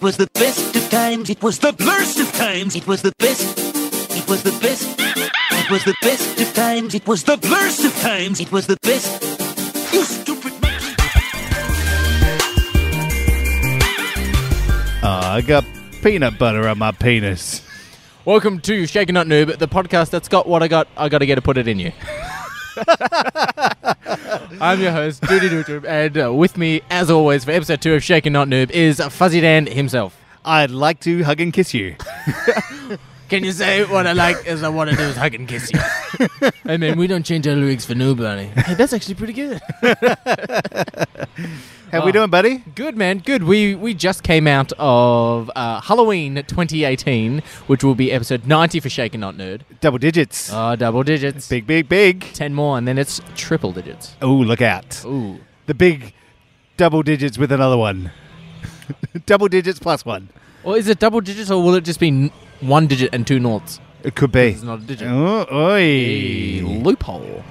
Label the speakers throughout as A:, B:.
A: was the best of times. It was the blurst of times. It was the best. It was the best. It was the best of times. It was the blurst of times. It was the best. You stupid monkey.
B: I got peanut butter on my penis.
C: Welcome to Shaken Not Noob, the podcast that's got what I got. I gotta get to put it in you. I'm your host, Duty Noob, and uh, with me, as always, for episode two of Shaken Not Noob is Fuzzy Dan himself.
B: I'd like to hug and kiss you.
C: Can you say what I like is I want to do is hug and kiss you? hey man, we don't change our lyrics for nobody. Hey, that's actually pretty good.
B: How
C: Ah.
B: we doing, buddy?
C: Good man, good. We we just came out of uh, Halloween 2018, which will be episode 90 for Shaken Not Nerd.
B: Double digits.
C: Uh, double digits.
B: big, big, big.
C: 10 more, and then it's triple digits.
B: Oh, look out.
C: Ooh.
B: The big double digits with another one. double digits plus one.
C: Or is it double digits, or will it just be n- one digit and two noughts?
B: It could be.
C: It's not a digit.
B: Oh,
C: A
B: oi.
C: loophole.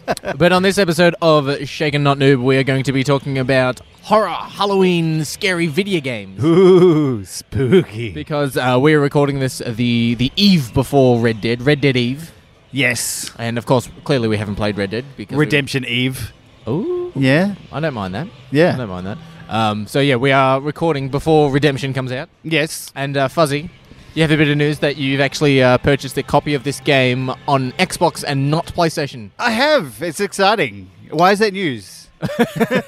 C: but on this episode of Shaken Not Noob, we are going to be talking about horror, Halloween, scary video games.
B: Ooh, spooky.
C: Because uh, we're recording this the the eve before Red Dead, Red Dead Eve,
B: Yes.
C: and of course, clearly we haven't played Red Dead because we-
B: Redemption Eve.
C: Ooh,
B: Yeah.
C: I don't mind that. I
B: Yeah.
C: don't mind that. Um, so yeah, we are recording before Redemption comes out.
B: Yes.
C: And uh, Fuzzy, you have a bit of news that you've actually uh, purchased a copy of this game on Xbox and not PlayStation.
B: I have. It's exciting. Why is that news?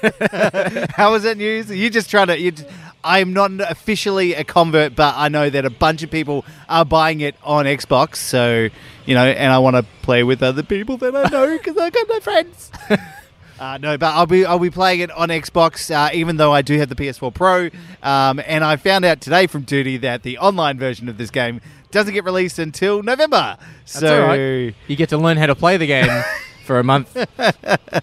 B: How is that news? You just trying to. You, I'm not officially a convert, but I know that a bunch of people are buying it on Xbox. So you know, and I want to play with other people that I know because I got no friends. Uh, no, but I'll be I'll be playing it on Xbox, uh, even though I do have the PS4 Pro. Um, and I found out today from Duty that the online version of this game doesn't get released until November. so
C: all right. You get to learn how to play the game for a month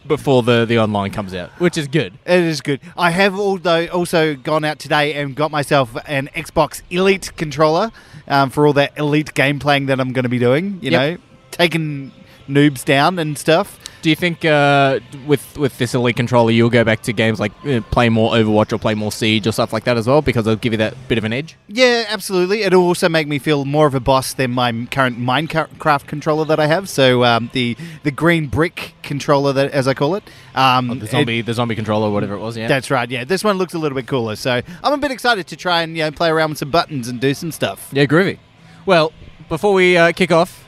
C: before the, the online comes out, which is good.
B: It is good. I have although also gone out today and got myself an Xbox Elite controller um, for all that elite game playing that I'm going to be doing. You
C: Yep.
B: know, taking noobs down and stuff.
C: Do you think uh, with with this Elite controller you'll go back to games like uh, play more Overwatch or play more Siege or stuff like that as well because it'll give you that bit of an edge?
B: Yeah, absolutely. It'll also make me feel more of a boss than my current Minecraft controller that I have. So um, the the green brick controller that, as I call it, um,
C: Oh, The
B: it-
C: zombie the zombie controller or whatever it was, yeah.
B: that's right. Yeah, this one looks a little bit cooler. So I'm a bit excited to try and you know play around with some buttons and do some stuff.
C: Yeah, groovy. Well, before we uh, kick off,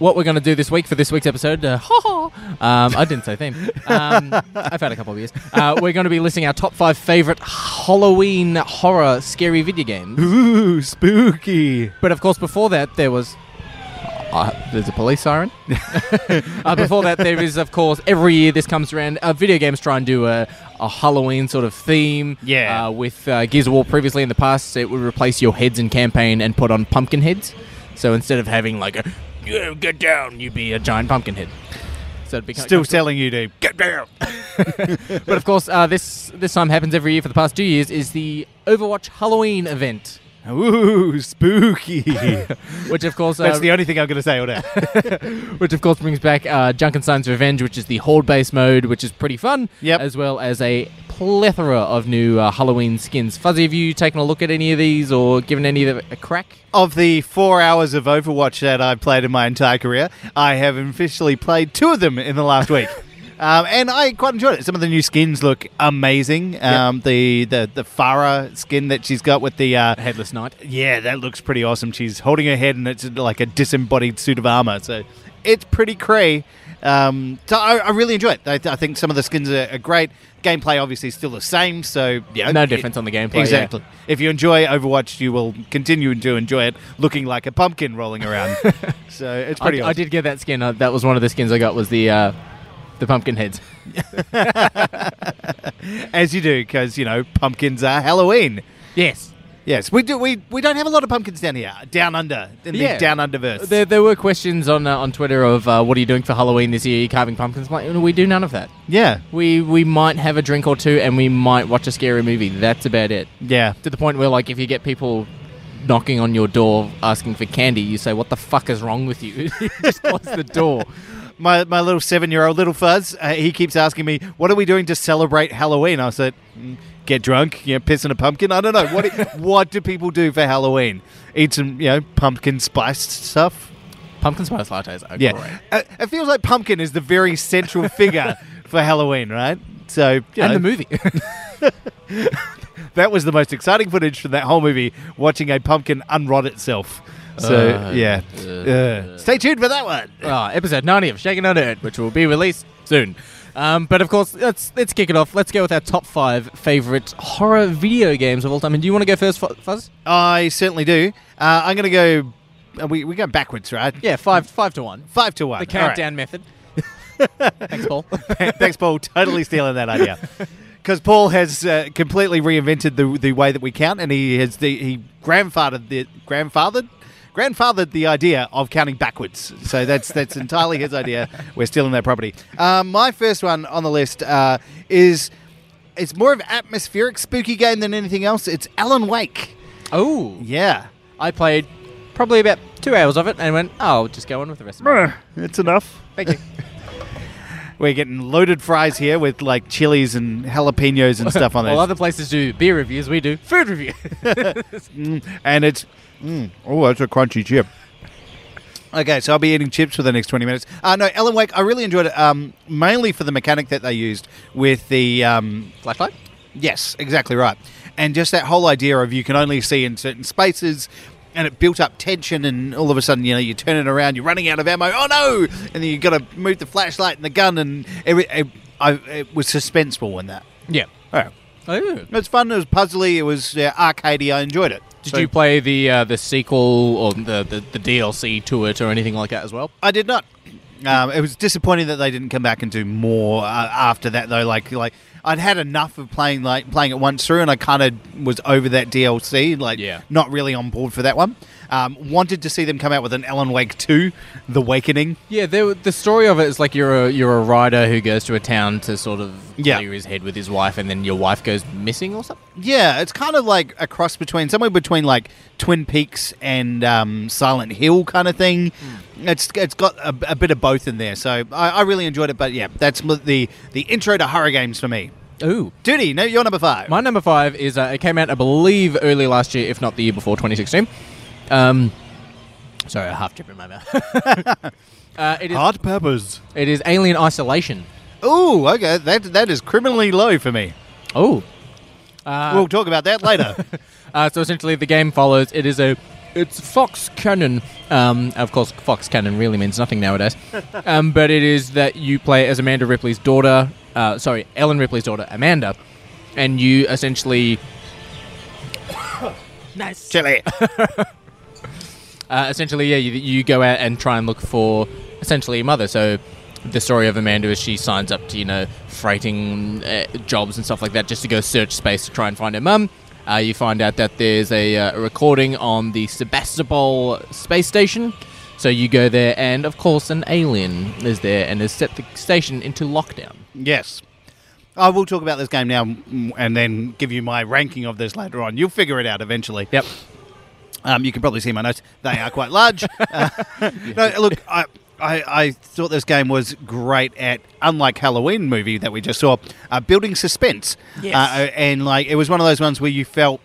C: what we're going to do this week for this week's episode, uh, um, I didn't say theme. Um, I've had a couple of years. Uh, we're going to be listing our top five favorite Halloween horror scary video games.
B: Ooh, spooky.
C: But of course, before that, there was. Uh, there's a police siren. uh, before that, there is, of course, every year this comes around. Uh, video games try and do a, a Halloween sort of theme.
B: Yeah.
C: Uh, with uh, Gears of War previously in the past, it would replace your heads in campaign and put on pumpkin heads. So instead of having like a "Yeah, get down, you be a giant pumpkin head. So it'd be kind
B: Still selling you to get down.
C: but of course, uh, this this time happens every year for the past two years. Is the Overwatch Halloween event,
B: Ooh, spooky. That's
C: which of course uh,
B: the only thing I'm going to say on it.
C: which of course brings back uh, Junkenstein's Revenge, which is the horde-based mode, which is pretty fun.
B: Yep.
C: As well as a plethora of new uh, Halloween skins. Fuzzy, have you taken a look at any of these or given any of them a crack?
B: of the four hours of Overwatch that I've played in my entire career, I have officially played two of them in the last week. Um, and I quite enjoyed it. Some of the new skins look amazing. Um, The the the Farah skin that she's got with the uh,
C: Headless Knight.
B: yeah, that looks pretty awesome. She's holding her head, and it's like a disembodied suit of armor. So it's pretty cray. Um, so I, I really enjoy it. I, I think some of the skins are, are great. Gameplay obviously is still the same. So yeah,
C: No
B: it-
C: difference on the gameplay, yeah.
B: Exactly. If you enjoy Overwatch, you will continue to enjoy it, looking like a pumpkin rolling around. so it's
C: I,
B: pretty.
C: I
B: awesome.
C: did get that skin. Uh, that was one of the skins I got. Was the uh, the pumpkin heads.
B: as you do because you know pumpkins are Halloween.
C: Yes.
B: Yes, we do. We, we don't have a lot of pumpkins down here, down under in the
C: Yeah.
B: down underverse.
C: There, there were questions on uh, on Twitter of uh, what are you doing for Halloween this year? Are you carving pumpkins? I'm like, "No, we do none of that.
B: yeah,
C: We we might have a drink or two and we might watch a scary movie. That's about it.
B: yeah.
C: to the point where like if you get people knocking on your door asking for candy you say what the fuck is wrong with you You just close the door
B: my, my little seven year old little fuzz, uh, he keeps asking me, "What are we doing to celebrate Halloween?" I said, "Mm, get drunk, you know, piss in a pumpkin. I don't know what it, what do people do for Halloween? Eat some, you know, pumpkin spiced stuff.
C: Pumpkin spice lattes are
B: Yeah,
C: great.
B: Uh, it feels like pumpkin is the very central figure for Halloween, right? So you know,
C: And the movie.
B: that was the most exciting footage from that whole movie, watching a pumpkin unrot itself. So
C: Uh,
B: yeah,
C: uh,
B: Uh, stay tuned for that one.
C: Ah, episode 90 of Shaken on Earth, which will be released soon. Um, but of course, let's let's kick it off. Let's go with our top five favorite horror video games of all time. And do you want to go first, Fu- Fuzz?
B: I certainly do. Uh, I'm gonna go. uh, We we go backwards, right?
C: Yeah, five five to one.
B: Five to one.
C: The
B: All right.
C: countdown method. Thanks, Paul.
B: Thanks, Paul. Totally stealing that idea. Because Paul has uh, completely reinvented the the way that we count, and he has the, he grandfathered the grandfathered grandfathered the idea of counting backwards. So that's that's entirely his idea. We're stealing that property. Um, my first one on the list uh, is it's more of an atmospheric spooky game than anything else. It's Alan Wake.
C: Oh,
B: Yeah,
C: I played probably about two hours of it and went, oh, I'll just go on with the rest of it.
B: it's enough.
C: Thank you.
B: We're getting loaded fries here with like chilies and jalapenos and stuff on
C: While
B: those.
C: other places do beer reviews, we do food reviews.
B: and it's mm, oh, that's a crunchy chip. Okay, so I'll be eating chips for the next twenty minutes. Uh, no, Ellen Wake, I really enjoyed it, um, mainly for the mechanic that they used with the um,
C: Flashlight?
B: yes, exactly right, and just that whole idea of you can only see in certain spaces. And it built up tension, and all of a sudden, you know, you turn it around, you're running out of ammo. Oh no! And then you got to move the flashlight and the gun, and every, it, I, it was suspenseful in that.
C: Yeah.
B: All right,
C: Oh.
B: it was fun. It was puzzly. It was uh, arcadey. I enjoyed it.
C: Did
B: So-
C: you play the uh, the sequel or the, the, the DLC to it or anything like that as well?
B: I did not. Um, it was disappointing that they didn't come back and do more uh, after that, though. Like, like I'd had enough of playing like playing it once through, and I kind of was over that DLC. Like,
C: Yeah.
B: not really on board for that one. Um, wanted to see them come out with an Alan Wake two, The Wakening.
C: Yeah, there, were- the story of it is like you're a you're a rider who goes to a town to sort of
B: Yeah.
C: clear his head with his wife, and then your wife goes missing or something.
B: Yeah, it's kind of like a cross between somewhere between like Twin Peaks and um, Silent Hill kind of thing. It's it's got a, a bit of both in there, so I, I really enjoyed it. But yeah, that's m- the the intro to horror games for me.
C: Ooh.
B: Duty, no, you're number five.
C: My number five is uh, it came out, I believe, early last year, if not the year before, 2016. Um, sorry, a half chip in my mouth. uh, it, is,
B: Hot peppers.
C: it is Alien Isolation.
B: Ooh, okay. That that is criminally low for me.
C: Oh,
B: we'll talk about that later.
C: Uh, so essentially, the game follows. It is a it's Fox Cannon. Um, of course, Fox Cannon really means nothing nowadays. um, but it is that you play as Amanda Ripley's daughter. Uh, sorry, Ellen Ripley's daughter, Amanda, and you essentially nice.
B: Chili.
C: Uh, essentially, yeah, you, you go out and try and look for essentially a mother. So the story of Amanda is she signs up to you know freighting uh, jobs and stuff like that just to go search space to try and find her mum. Uh, you find out that there's a, uh, a recording on the Sebastopol space station. So you go there, and of course, an alien is there and has set the station into lockdown.
B: yes. I will talk about this game now mm, and then give you my ranking of this later on. You'll figure it out eventually.
C: Yep.
B: Um, you can probably see my notes. They are quite large. Uh, no, look, I, I, I thought this game was great at, unlike Halloween movie that we just saw, uh, building suspense.
C: Yes.
B: Uh, and like it was one of those ones where you felt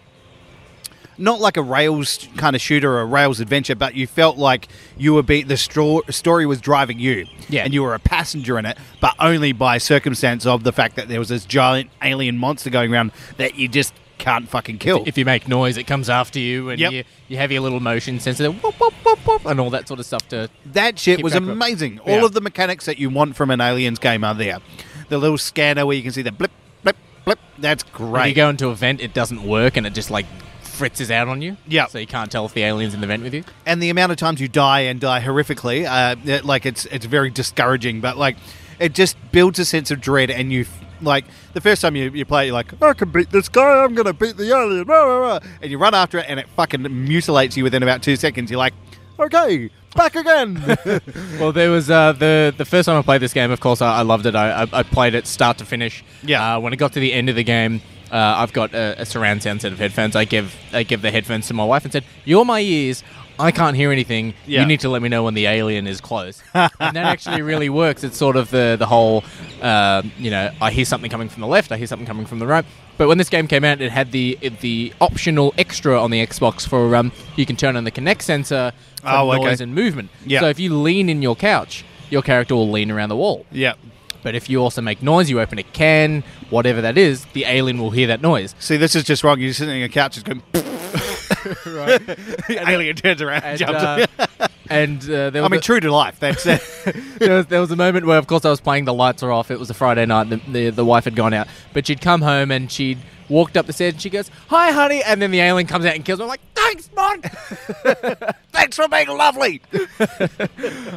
B: not like a rails kind of shooter or a rails adventure, but you felt like you were be the stro- story was driving you,
C: Yeah.
B: and you were a passenger in it, but only by circumstance of the fact that there was this giant alien monster going around that you just can't fucking kill.
C: If you make noise, it comes after you, and
B: Yep.
C: you, you have your little motion sensor, whoop, whoop, whoop, whoop, and all that sort of stuff to
B: That shit
C: Keep
B: was
C: track of it.
B: amazing.
C: Yeah.
B: All of the mechanics that you want from an aliens game are there. The little scanner where you can see the blip, blip, blip. That's
C: When
B: great.
C: you go into a vent, it doesn't work, and it just like fritzes out on you.
B: Yeah.
C: So you can't tell if the alien's in the vent with you.
B: and the amount of times you die and die horrifically, uh, it- like it's it's very discouraging. But like, it just builds a sense of dread, and you f- like the first time you, you play, it, you're like, I can beat this guy. I'm gonna beat the alien. Rah, rah, rah. And you run after it, and it fucking mutilates you within about two seconds. You're like, okay, back again.
C: Well, there was uh, the the first time I played this game. Of course, I, I loved it. I, I, I played it start to finish.
B: Yeah.
C: Uh, when I got to the end of the game, uh, I've got a, a surround sound set of headphones. I give I give the headphones to my wife and said, "You're my ears. I can't hear anything.
B: Yeah.
C: You need to let me know when the alien is close. and that actually really works. It's sort of the the whole, uh, you know, I hear something coming from the left, I hear something coming from the right. But when this game came out, it had the it- the optional extra on the Xbox for um, you can turn on the Kinect sensor for
B: Oh, okay.
C: noise and movement.
B: Yeah.
C: So if you lean in your couch, your character will lean around the wall.
B: Yeah.
C: But if you also make noise, you open a can, whatever that is, the alien will hear that noise.
B: See, this is just wrong. You're sitting on your couch, just going. the alien turns around, and
C: And,
B: jumps.
C: uh, and uh, there
B: I
C: was
B: mean,
C: a-
B: true to life. That's it.
C: there, was, there was a moment where, of course, I was playing. The lights are off. It was a Friday night. The, the the wife had gone out, but she'd come home and she'd walked up the stairs and she goes, "Hi, honey," and then the alien comes out and kills me. I'm like, "Thanks, Mon."
B: Thanks for being lovely.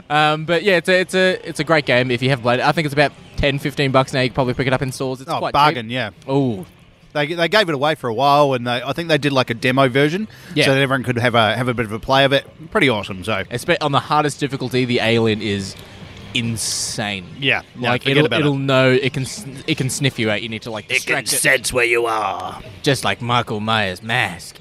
C: um, but yeah, it's a it's a it's a great game if you have played it. I think it's about 10, 15 bucks now. You can probably pick it up in stores. It's
B: Oh,
C: quite
B: bargain, yeah.
C: Oh,
B: They, they gave it away for a while, and they, I think they did like a demo version,
C: Yeah.
B: so that everyone could have a have a bit of a play of it. Pretty awesome. So
C: Espe- on the hardest difficulty, the alien is insane.
B: Yeah, no,
C: like
B: forget
C: it'll,
B: about it.
C: it'll know it can sn- it can sniff you out. You need to like distract it,
A: sense where you are.
C: just like Michael Myers' mask.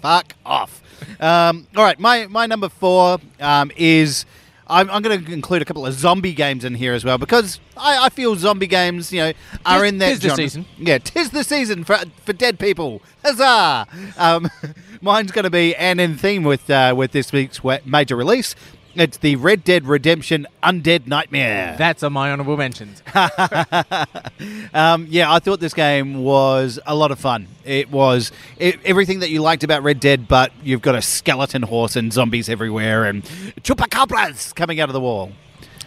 B: fuck off. Um, all right, my my number four um, is I'm, I'm going to include a couple of zombie games in here as well because I, I feel zombie games, you know, are
C: Tis-
B: in that
C: tis the
B: genre.
C: season.
B: Yeah, tis the season for for dead people. Huzzah! Um, mine's going to be and in theme with uh, with this week's wa- major release. It's the Red Dead Redemption Undead Nightmare.
C: That's on my honorable mentions.
B: Um, yeah, I thought this game was a lot of fun. It was it, everything that you liked about Red Dead, but you've got a skeleton horse and zombies everywhere and chupacabras coming out of the wall.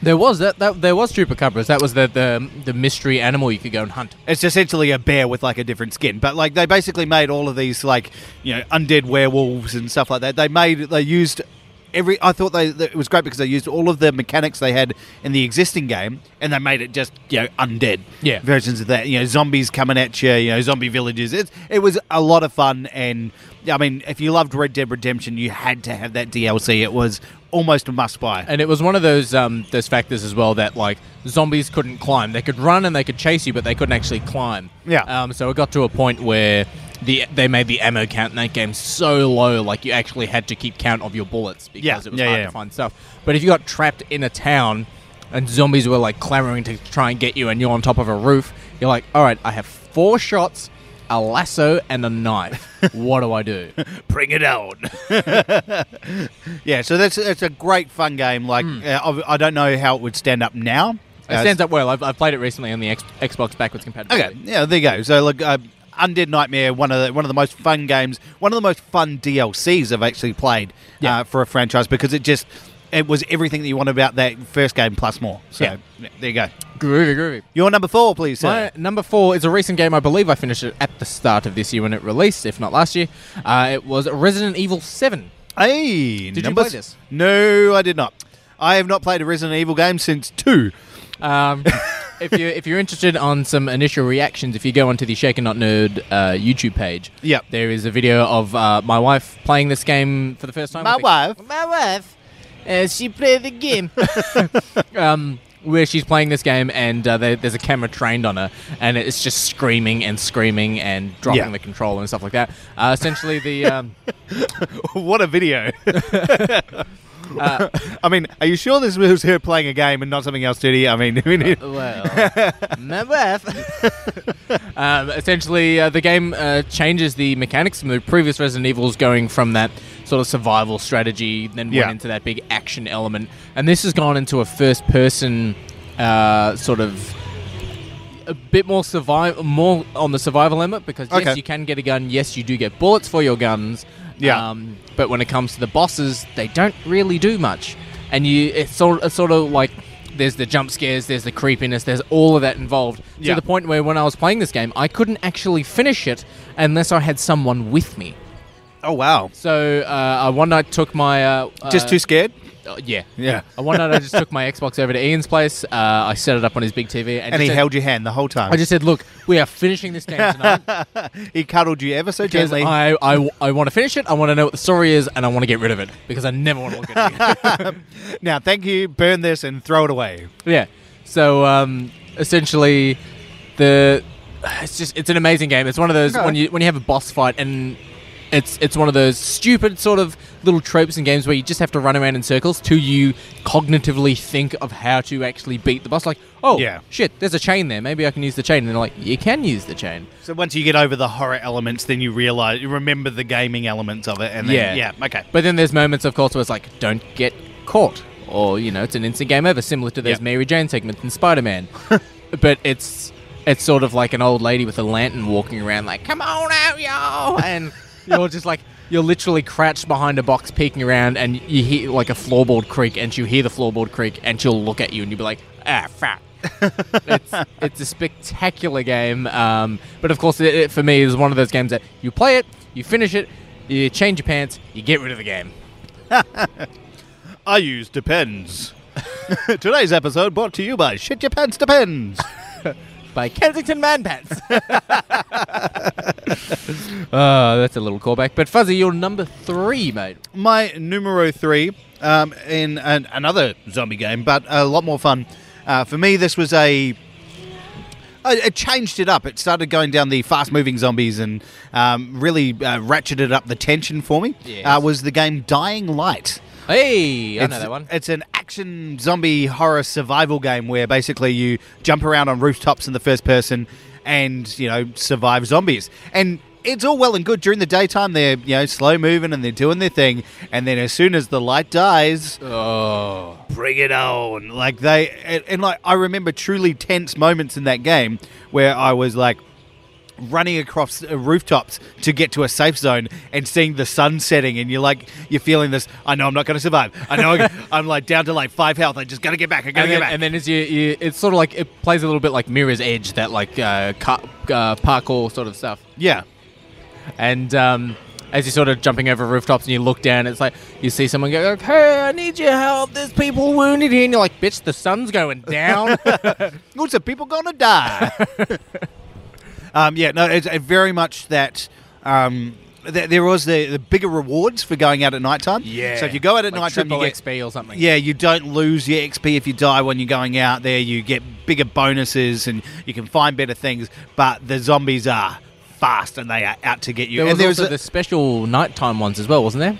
C: There was that, that there was chupacabras. That was the, the the mystery animal you could go and hunt.
B: It's essentially a bear with like a different skin, but like they basically made all of these like you know undead werewolves and stuff like that. They made they used every. I thought they that it was great because they used all of the mechanics they had in the existing game and they made it just you know undead
C: Yeah.
B: versions of that. You know zombies coming at you. You know zombie villages. It it was a lot of fun and I mean if you loved Red Dead Redemption, you had to have that DLC. It was almost a must buy.
C: And it was one of those um, those factors as well that like zombies couldn't climb. They could run and they could chase you, but they couldn't actually climb.
B: Yeah.
C: Um, so it got to a point where the they made the ammo count in that game so low, like you actually had to keep count of your bullets because
B: Yeah.
C: it was
B: Yeah,
C: hard
B: yeah, yeah.
C: to find stuff. But if you got trapped in a town and zombies were like clamoring to try and get you, and you're on top of a roof, you're like, all right, I have four shots, a lasso, and a knife. what do I do?
B: Bring it on. yeah, so that's it's a great fun game. Like uh, ob- I don't know how it would stand up now.
C: Hmm. It stands up well. I've, I've played it recently on the X- Xbox backwards compatibility.
B: Okay, yeah, there you go. So look, uh, Undead Nightmare, one of the, one of the most fun games, one of the most fun DLCs I've actually played
C: Yeah.
B: uh, for a franchise because it just it was everything that you want about that first game plus more. So
C: Yeah.
B: yeah, there you go.
C: Groovy, groovy.
B: Your number four, please. Sir.
C: My number four is a recent game. I believe I finished it at the start of this year when it released, if not last year. Uh, it was Resident Evil 7.
B: hey,
C: you
B: number
C: play
B: s-
C: this?
B: No, I did not. I have not played a Resident Evil game since two.
C: Um, if, you, if you're interested on some initial reactions, if you go onto the Shaken Not Nerd uh, YouTube page,
B: Yep.
C: there is a video of uh, my wife playing this game for the first time. I
B: My
C: think.
B: wife.
C: My wife. Uh, she played the game. um, where she's playing this game and uh, there, there's a camera trained on her and it's just screaming and screaming and dropping
B: Yeah.
C: the controller and stuff like that. Uh, essentially, the um,
B: what a video.
C: Uh,
B: I mean, are you sure this was her playing a game and not something else dirty? I mean, we need-
C: well, my wife. um, essentially, uh, the game uh, changes the mechanics from the previous Resident Evils, going from that sort of survival strategy, then
B: Yeah.
C: went into that big action element, and this has gone into a first-person uh, sort of a bit more survival, more on the survival element because yes,
B: Okay.
C: you can get a gun. Yes, you do get bullets for your guns.
B: Yeah.
C: Um, but when it comes to the bosses, they don't really do much, and you it's sort it's sort of like there's the jump scares, there's the creepiness, there's all of that involved
B: Yeah.
C: to the point where when I was playing this game, I couldn't actually finish it unless I had someone with me.
B: oh wow,
C: So uh, I one night took my uh,
B: just
C: uh,
B: too scared.
C: uh, yeah
B: Yeah.
C: Uh, one night I just took my Xbox over to Ian's place. Uh, I set it up on his big TV,
B: And
C: and, just
B: he
C: said-
B: held your hand the whole time.
C: I just said, "Look, we are finishing this game tonight."
B: he cuddled you ever so
C: Because
B: gently.
C: I, I, I want to finish it. I want to know what the story is, and I want to get rid of it because I never want to look at it. Again.
B: now, thank you. Burn this and throw it away.
C: yeah. So um, essentially, the it's just it's an amazing game. It's one of those
B: Okay.
C: when you when you have a boss fight and It's it's one of those stupid sort of little tropes in games where you just have to run around in circles till you cognitively think of how to actually beat the boss. Like, oh
B: Yeah.
C: shit, there's a chain there. Maybe I can use the chain. And they're like, you can use the chain.
B: So once you get over the horror elements, then you realize you remember the gaming elements of it, and then, yeah,
C: Yeah.
B: okay.
C: But then there's moments, of course, where it's like, don't get caught, or you know, it's an instant game over, similar to those
B: Yeah.
C: Mary Jane segments in Spider-Man. but it's it's sort of like an old lady with a lantern walking around, like, come on out, y'all, and you're just like. You're literally crouched behind a box, peeking around, and you hear like a floorboard creak, and you hear the floorboard creak, and she'll look at you, and you'll be like, "Ah, fuck." it's, it's a spectacular game, um, but of course, it, it for me is one of those games that you play it, you finish it, you change your pants, you get rid of the game.
B: I use depends. Today's episode brought to you by Shit Your Pants Depends.
C: by Kensington Man Pants. uh, that's a little callback. But Fuzzy, you're number three, mate.
B: My numero three um, in an, another zombie game, but a lot more fun. Uh, for me, this was a. I- It changed it up. It started going down the fast-moving zombies and um, really uh, ratcheted up the tension for me.
C: Yes.
B: Uh, was the game Dying Light?
C: Hey, I
B: it's,
C: know that one.
B: It's an action zombie horror survival game where basically you jump around on rooftops in the first person and, you know, survive zombies. And it's all well and good during the daytime. They're, you know, slow moving and they're doing their thing. And then as soon as the light dies,
C: Oh,
B: bring it on. Like they, and, and like I remember truly tense moments in that game where I was like, running across uh, rooftops to get to a safe zone and seeing the sun setting and you're like you're feeling this I know I'm not going to survive I know I, I'm like down to like five health I just got to get back I got to
C: and
B: get
C: then,
B: back
C: and then as you, you, it's sort of like it plays a little bit like Mirror's Edge, that like uh, car, uh, parkour sort of stuff.
B: yeah
C: And um, as you're sort of jumping over rooftops and you look down, it's like you see someone go, like, "Hey, I need your help. There's people wounded here," and you're like, "Bitch, the sun's going down."
B: lots of people gonna die. um, yeah, no, it's uh, very much that. Um, th- there was the, the bigger rewards for going out at nighttime.
C: Yeah.
B: So if you go out at
C: Like
B: nighttime,
C: triple
B: you get
C: XP or something.
B: Yeah, you don't lose your XP if you die when you're going out there. You get bigger bonuses and you can find better things. But the zombies are fast and they are out to get you.
C: There
B: and
C: was
B: there was
C: also
B: a-
C: the special nighttime ones as well, wasn't there?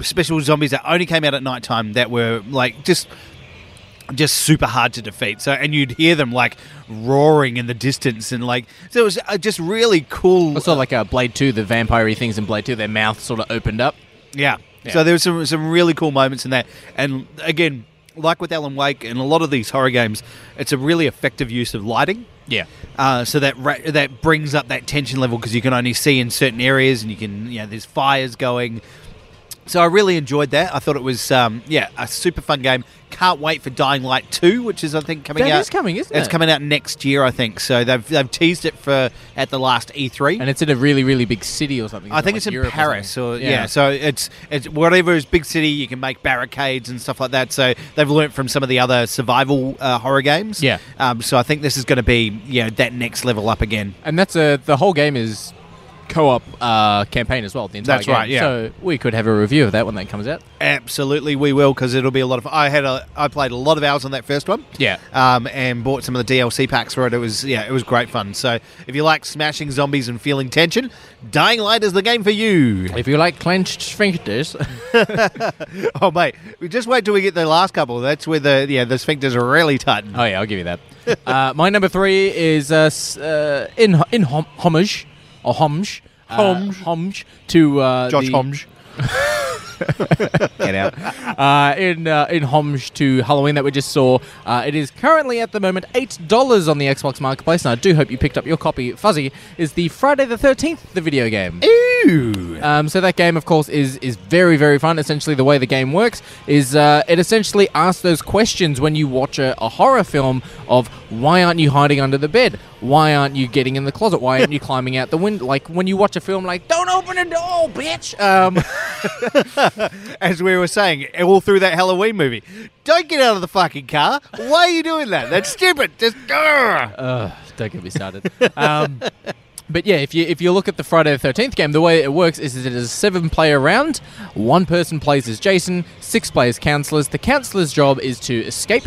B: special zombies that only came out at nighttime that were like just just super hard to defeat so and you'd hear them like roaring in the distance and like so it was uh, just really cool
C: Also, like uh, Blade Two, the vampire things in Blade Two, their mouth sort of opened up.
B: yeah.
C: Yeah.
B: so there was some some really cool moments in that and again like with alan wake and a lot of these horror games it's a really effective use of lighting
C: Yeah,
B: uh, so that ra- that brings up that tension level because you can only see in certain areas, and you can you know there's fires going. So I really enjoyed that. I thought it was um, yeah a super fun game. Can't wait for Dying Light Two, which is I think coming
C: That
B: out.
C: is coming, isn't
B: It's
C: it?
B: coming out next year, I think. So they've they've teased it for at the last E3.
C: and it's in a really, really big city or something.
B: I
C: isn't it?
B: think
C: Like
B: it's in
C: Europe or
B: Paris,
C: something.
B: or yeah. So it's it's whatever is big city, you can make barricades and stuff like that. So they've learnt from some of the other survival uh, horror games.
C: Yeah.
B: Um, so I think this is going to be you know that next level up again.
C: and that's a the whole game is co-op uh, campaign as well. The entire
B: That's
C: game.
B: right, yeah.
C: So we could have a review of that when that comes out.
B: Absolutely, we will because it'll be a lot of. I had a, I played a lot of hours on that first one.
C: Yeah.
B: Um, and bought some of the DLC packs for it. It was yeah, it was great fun. So if you like smashing zombies and feeling tension, Dying Light is the game for you.
C: If you like clenched sphincters,
B: Oh mate, we just wait till we get the last couple. That's where the yeah the sphincters are really tighten.
C: oh yeah, I'll give you that. uh, my number three is uh, s- uh, in in hom- homage or homage.
B: Homage.
C: uh, homage to uh,
B: Josh
C: the-
B: Homsch.
C: get out. Uh, in uh, in homage to Halloween that we just saw, uh, it is currently at the moment eight dollars on the Xbox Marketplace, and I do hope you picked up your copy. Fuzzy is the Friday the Thirteenth, the video game.
B: Ooh.
C: Um, so that game, of course, is is very very fun. Essentially, the way the game works is uh, it essentially asks those questions when you watch a, a horror film of why aren't you hiding under the bed? Why aren't you getting in the closet? Why aren't you climbing out the window? Like when you watch a film, like don't open a door, bitch. Um,
B: As we were saying, all through that Halloween movie, don't get out of the fucking car. Why are you doing that? That's stupid. Just. grr.
C: Ugh, don't get me started. um, but yeah, if you if you look at the Friday the Thirteenth game, the way it works is that it is a seven player round. One person plays as Jason, six players counselors. The counselor's job is to escape,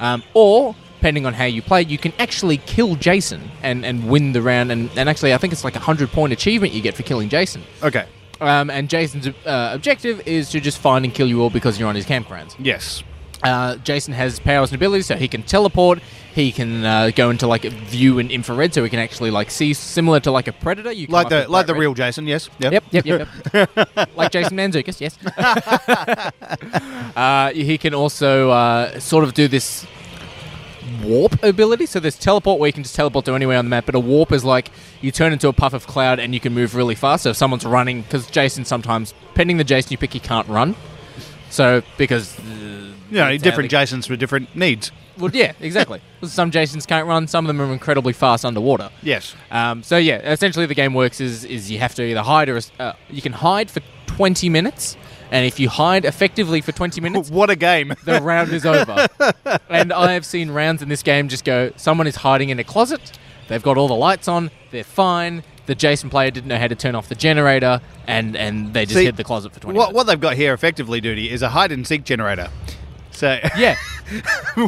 C: um, or depending on how you play, you can actually kill Jason and, and win the round. And, and actually, I think it's like a hundred point achievement you get for killing Jason.
B: Okay.
C: Um, and Jason's uh, objective is to just find and kill you all because you're on his campgrounds.
B: Yes.
C: Uh, Jason has powers and abilities, so he can teleport. He can uh, go into like view and infrared, so he can actually like see, similar to like a predator. You come
B: Like
C: up
B: the
C: with
B: like the
C: bright red-
B: real Jason, yes. Yep.
C: Yep, yep, yep. yep. like Jason Manzukis, yes. uh, he can also uh, sort of do this warp ability. So there's teleport where you can just teleport to anywhere on the map, but a warp is like you turn into a puff of cloud and you can move really fast. So if someone's running, because Jason sometimes, pending the Jason you pick, he can't run. So because
B: You know,
C: That's how
B: different
C: they-
B: Jasons for different needs.
C: well, yeah, exactly. some Jasons can't run. Some of them are incredibly fast underwater.
B: Yes.
C: Um, so yeah, essentially the game works is is you have to either hide or uh, you can hide for 20 minutes, and if you hide effectively for 20 minutes,
B: What a game.
C: the round is over. and I have seen rounds in this game just go: someone is hiding in a closet, they've got all the lights on, they're fine. The Jason player didn't know how to turn off the generator, and and they just
B: See,
C: hid the closet for 20
B: What,
C: minutes.
B: what they've got here effectively, Duty, is a hide and seek generator. So,
C: Yeah.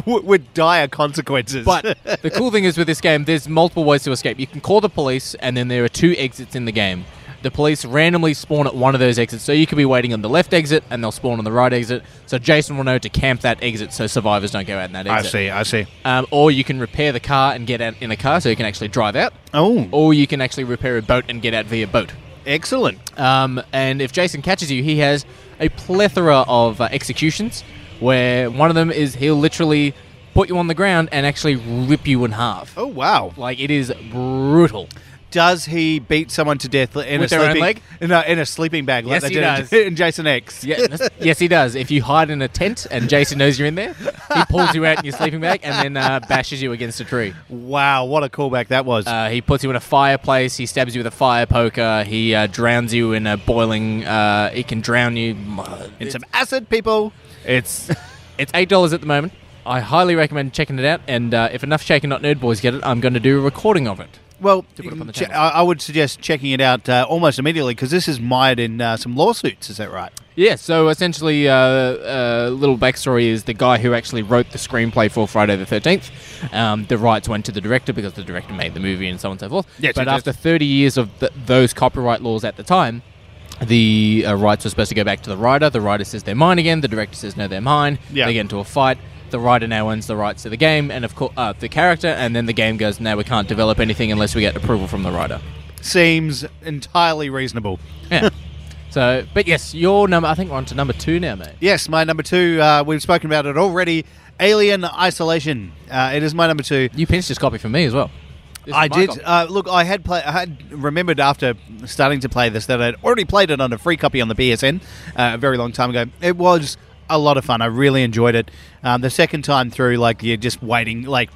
B: with dire consequences.
C: But the cool thing is with this game, there's multiple ways to escape. You can call the police, and then there are two exits in the game. The police randomly spawn at one of those exits, so you could be waiting on the left exit, and they'll spawn on the right exit. So Jason will know to camp that exit, so survivors don't go out in that
B: I
C: exit.
B: see, I see.
C: Um, or you can repair the car and get out in a car, so you can actually drive out.
B: Oh.
C: Or you can actually repair a boat and get out via boat.
B: Excellent.
C: Um, and if Jason catches you, he has a plethora of uh, executions, where one of them is he'll literally put you on the ground and actually rip you in half.
B: Oh, wow.
C: Like it is brutal.
B: Does he beat someone to death in
C: With
B: a
C: their own
B: sleeping
C: leg?
B: No, in a sleeping bag like
C: Yes,
B: they
C: he
B: did in-
C: does.
B: in, Jason X.
C: Yeah, that's- yes, he does. If you hide in a tent and Jason knows you're in there, he pulls you out in your sleeping bag and then uh, bashes you against a tree.
B: Wow, what a callback that was.
C: Uh, he puts you in a fireplace. He stabs you with a fire poker. He uh, drowns you in a boiling. Uh, he can drown you.
B: in some acid, people.
C: It's it's eight dollars at the moment. I highly recommend checking it out. And uh, if enough shaken not nerd boys get it, I'm going to do a recording of it.
B: Well,
C: To put up on the
B: che-
C: channel.
B: I, I would suggest checking it out uh, almost immediately because this is mired in uh, some lawsuits. Is that right?
C: Yeah, so essentially, uh, uh, little backstory is the guy who actually wrote the screenplay for Friday the 13th. Um, the rights went to the director because the director made the movie and so on and so forth.
B: Yes,
C: but
B: yes, yes.
C: after 30 years of th- those copyright laws at the time, the uh, rights were supposed to go back to the writer. The writer says they're mine again. The director says no, they're mine.
B: Yeah.
C: They get into a fight. The writer now owns the rights to the game and of course uh, the character, and then the game goes, "No, we can't develop anything unless we get approval from the writer."
B: Seems entirely reasonable.
C: Yeah. so, but yes, your number. I think we're on to number two now, mate.
B: Yes, my number two. Uh, we've spoken about it already. Alien Isolation. Uh, it is my number two.
C: You pinched this copy for me as well. This
B: I
C: is my
B: did
C: copy.
B: uh, look. I had play, I had remembered after starting to play this that I'd already played it on a free copy on the BSN uh, a very long time ago. It was a lot of fun. I really enjoyed it. Um, the second time through, like you're just waiting. Like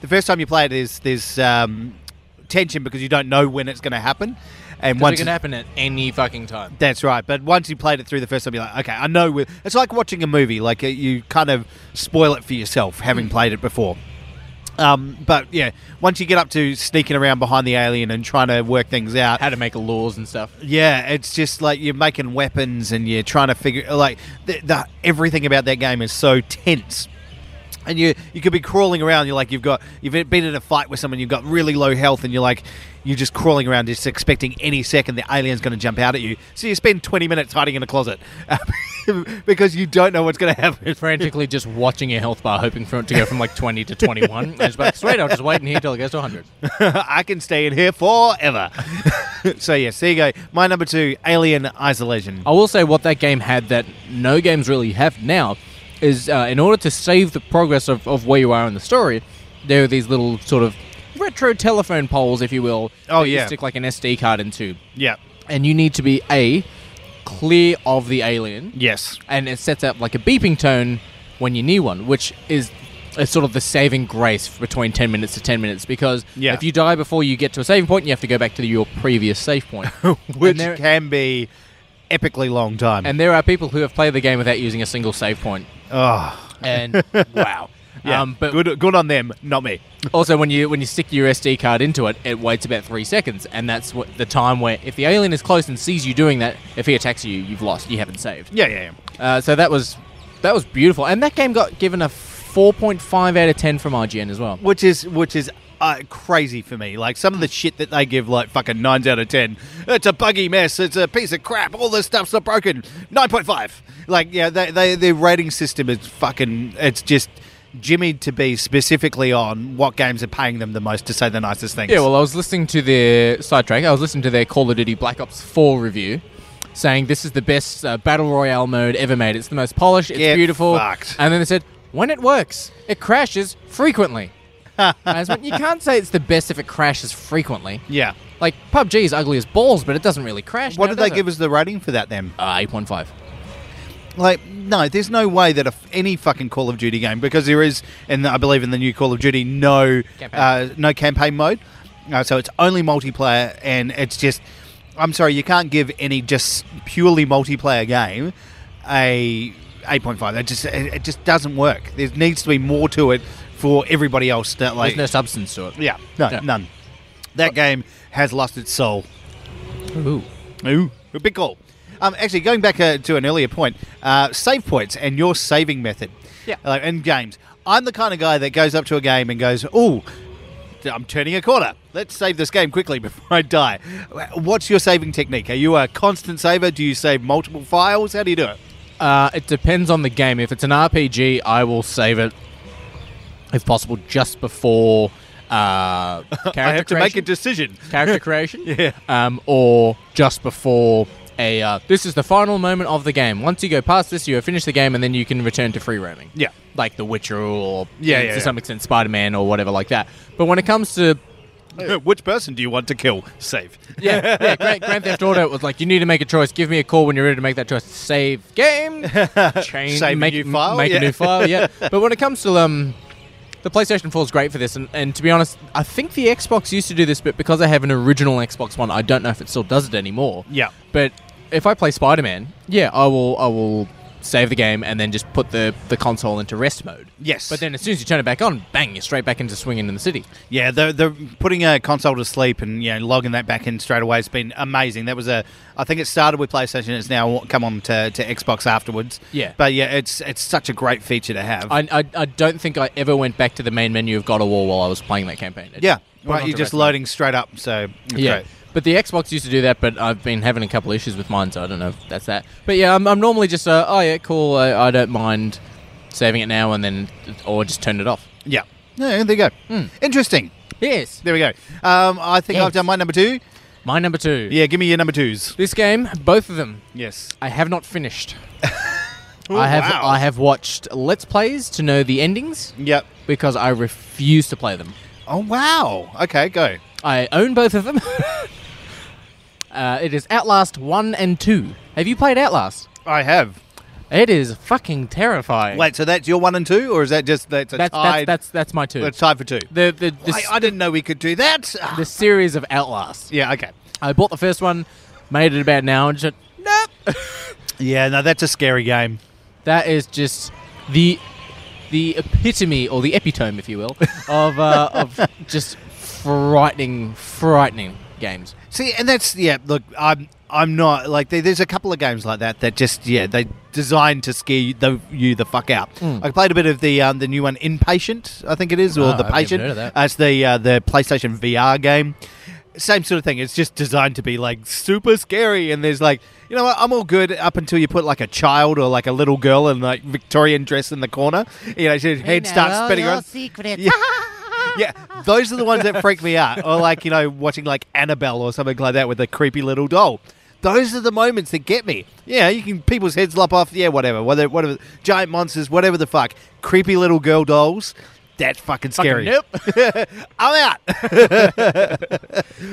B: the first time you play it is there's um, tension because you don't know when it's going to happen, and
C: Because
B: once
C: it can happen at any fucking time.
B: that's right. But once you played it through the first time, you're like, okay, I know. With it's like watching a movie. Like uh, you kind of spoil it for yourself, having played it before. Um, but yeah, once you get up to sneaking around behind the alien and trying to work things out,
C: How to make laws and stuff.
B: yeah, it's just like you're making weapons and you're trying to figure like the, the everything about that game is so tense. And you you could be crawling around. You're like you've got you've been in a fight with someone. You've got really low health, and you're like you're just crawling around, just expecting any second the alien's going to jump out at you. So you spend 20 minutes hiding in a closet because you don't know what's going to happen.
C: Frantically just watching your health bar, hoping for it to go from like 20 to 21. And it's like, sweet, I'll just wait in here till it goes to 100.
B: I can stay in here forever. so yes, there you go. My number two, Alien Isolation.
C: I will say what that game had that no games really have now is uh, in order to save the progress of, of where you are in the story, there are these little sort of retro telephone poles, if you will.
B: Oh,
C: that you
B: yeah.
C: stick like an SD card into.
B: Yeah.
C: And you need to be A, clear of the alien.
B: Yes.
C: and it sets up like a beeping tone when you near one, which is is sort of the saving grace between 10 minutes to 10 minutes because
B: Yeah.
C: if you die before you get to a saving point, you have to go back to your previous save point.
B: which
C: and, there,
B: can be epically long time.
C: and there are people who have played the game without using a single save point.
B: oh,
C: And wow.
B: yeah,
C: Um, but
B: good, good on them, not me.
C: also, when you when you stick your SD card into it, it waits about three seconds, and that's what the time where if the alien is close and sees you doing that, if he attacks you, you've lost. You haven't saved.
B: Yeah, yeah, yeah.
C: Uh, so that was that was beautiful, and that game got given a 4.5 out of 10 from IGN as well.
B: Which is which is uh, crazy for me. Like some of the shit that they give, like fucking nines out of ten. It's a buggy mess. It's a piece of crap. All this stuff's not broken. Nine point five. Like yeah, they, they their rating system is fucking. It's just jimmied to be specifically on what games are paying them the most to say the nicest things.
C: Yeah, well, I was listening to their sidetrack. I was listening to their Call of Duty Black Ops 4 review, saying this is the best uh, battle royale mode ever made. It's the most polished. It's
B: Get
C: beautiful.
B: fucked.
C: And then they said, when it works, it crashes frequently. I just went, you can't say it's the best if it crashes frequently.
B: yeah.
C: Like PUBG is ugly as balls, but it doesn't really crash.
B: What
C: now,
B: did they
C: does
B: give
C: It?
B: us the rating for that then?
C: Uh, 8.5.
B: Like, no, there's no way that a, any fucking Call of Duty game, because there is, and I believe in the new Call of Duty, no
C: Campaign.
B: uh, no campaign mode. Uh, so it's only multiplayer, and it's just, I'm sorry, you can't give any just purely multiplayer game a 8.5. That just it, it just doesn't work. There needs to be more to it for everybody else. That like,
C: There's no substance to it.
B: yeah, no,
C: Yeah.
B: none. That game has lost its soul.
C: Ooh.
B: Ooh, a big call. Um, actually, going back uh, to an earlier point, uh, save points and your saving method.
C: Yeah.
B: Uh, in games, I'm the kind of guy that goes up to a game and goes, "Ooh, I'm turning a corner. Let's save this game quickly before I die." What's your saving technique? Are you a constant saver? Do you save multiple files? How do you do it?
C: Uh, it depends on the game. If it's an RPG, I will save it, if possible, just before uh, character
B: I have to make
C: creation.
B: a decision.
C: character creation, yeah, um, or just before a. Uh, this is the final moment of the game. Once you go past this, you have finished the game, and then you can return to free roaming.
B: Yeah.
C: like The Witcher, or
B: Yeah,
C: to
B: yeah, yeah.
C: some extent Spider Man, or whatever like that. But when it comes to
B: Which person do you want to kill? Save.
C: yeah, yeah Grand, Grand Theft Auto was like you need to make a choice. Give me a call when you're ready to make that choice. Save game, change,
B: Save a
C: make
B: new file,
C: make
B: yeah.
C: a new file. Yeah, but when it comes to um, the PlayStation 4 is great for this, and, and to be honest, I think the Xbox used to do this, but because I have an original Xbox One, I don't know if it still does it anymore.
B: Yeah.
C: but if I play Spider Man, yeah, I will, I will save the game and then just put the the console into rest mode.
B: Yes.
C: But then as soon as you turn it back on, bang, you're straight back into swinging in the city.
B: Yeah, they're, they're putting a console to sleep and you know, logging that back in straight away has been amazing. That was a, I think it started with PlayStation. It's now come on to, to Xbox afterwards.
C: Yeah.
B: but yeah, it's it's such a great feature to have.
C: I, I, I don't think I ever went back to the main menu of God of War while I was playing that campaign. It-
B: yeah,
C: put it
B: right.
C: onto
B: You're just
C: rest mode.
B: loading straight up. So it's
C: Yeah.
B: great.
C: But the Xbox used to do that, but I've been having a couple issues with mine, so I don't know if that's that. But yeah, I'm, I'm normally just, uh, oh yeah, cool, I, I don't mind saving it now and then, or just turn it off.
B: yeah, yeah. There you go. Interesting.
C: Yes.
B: There we go. Um, I think
C: Hmm. Yes.
B: I've done my number two.
C: My number two.
B: Yeah, give me your number twos.
C: This game, both of them,
B: Yes.
C: I have not finished. I have
B: wow.
C: I have watched Let's Plays to know the endings
B: Yep.
C: because I refuse to play them.
B: Oh wow. Okay, go.
C: I own both of them. uh, it is Outlast 1 and 2. Have you played Outlast?
B: I have.
C: It is fucking terrifying.
B: Wait, so that's your one and two, or is that just that's a
C: that's, that's,
B: tied?
C: that's, that's my two.
B: that's tied for two.
C: the, the, the,
B: I, I didn't know we could do that. Ah.
C: the series of Outlast.
B: Yeah, okay.
C: I bought the first one, made it about an hour, and just went, nope.
B: Yeah, no, that's a scary game.
C: that is just the the epitome or the epitome, if you will, of uh, of just frightening, frightening games.
B: See, and that's yeah. Look, I'm I'm not like there, there's a couple of games like that that just yeah they designed to scare you the, you the fuck out. I played a bit of the um, the new one, Inpatient, I think it is, or
C: Oh,
B: the
C: I haven't
B: Patient.
C: heard of that.
B: Uh, it's the uh, the PlayStation VR game. Same sort of thing. It's just designed to be like super scary, and there's like you know what, I'm all good up until you put like a child or like a little girl in like Victorian dress in the corner. You know, her head starts spinning around.
D: secrets.
B: Yeah. yeah, those are the ones that freak me out. Or like you know, watching like Annabelle or something like that with a creepy little doll. Those are the moments that get me. Yeah, you can people's heads lop off. Yeah, whatever, whether whatever, giant monsters, whatever the fuck, creepy little girl dolls. That's fucking scary. nope. I'm out.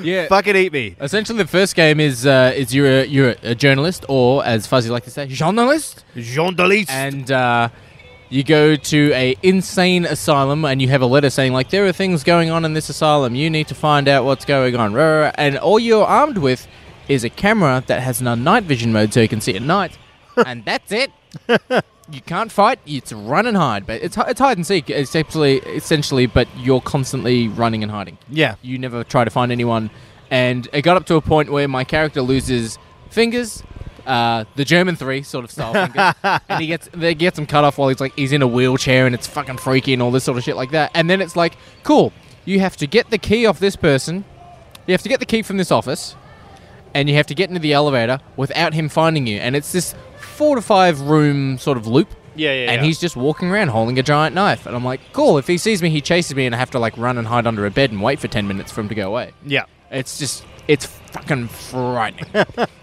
C: Yeah.
B: fucking eat me.
C: Essentially, the first game is uh, is you're a, you're a journalist, or as Fuzzy like to say, journalist,
B: Jean Delis.
C: and uh, you go to a insane asylum, and you have a letter saying like there are things going on in this asylum. You need to find out what's going on, rah, rah, rah. and all you're armed with is a camera that has no night vision mode, so you can see at night, and that's it. You can't fight; it's run and hide, but it's hi- it's hide and seek essentially, essentially. But you're constantly running and hiding
B: yeah.
C: you never try to find anyone. And it got up to a point where my character loses fingers, uh, the German three sort of style fingers, and he gets they gets him cut off while he's like he's in a wheelchair and it's fucking freaky and all this sort of shit like that. And then it's like, cool, you have to get the key off this person. You have to get the key from this office, and you have to get into the elevator without him finding you. And it's this four to five room sort of loop.
B: Yeah, yeah,
C: And
B: yeah.
C: he's just walking around holding a giant knife, and I'm like, cool. If he sees me, he chases me, and I have to like run and hide under a bed and wait for ten minutes for him to go away.
B: Yeah.
C: It's just it's fucking frightening.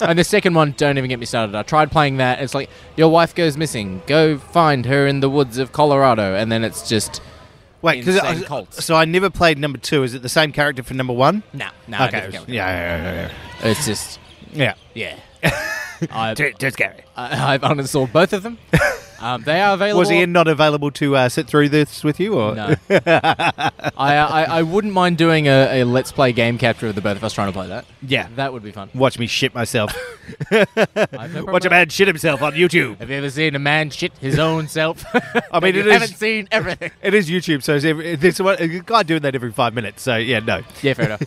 C: and the second one, don't even get me started. I tried playing that. It's like your wife goes missing. Go find her in the woods of Colorado, and then it's just
B: Wait, because
C: Insane cults.
B: so I never played number two. Is it the same character for number one?
C: nah, nah.
B: okay. Yeah, yeah, yeah,
C: It's just
B: yeah.
C: yeah. I've,
B: yeah. Just get it.
C: I- I've uninstalled both of them. Um, they are available.
B: Was Ian not available to uh, sit through this with you? Or
C: No. I, I I wouldn't mind doing a, a let's play game capture of the both of us trying to play that.
B: yeah,
C: That would be fun.
B: watch me shit myself.
C: I've no
B: watch a
C: problem.
B: man shit himself on YouTube.
C: Have you ever seen a man shit his own self?
B: I mean,
C: you
B: it is-
C: haven't seen everything.
B: It is YouTube, so it's every, this one a guy doing that every five minutes. So yeah, no.
C: Yeah, fair enough.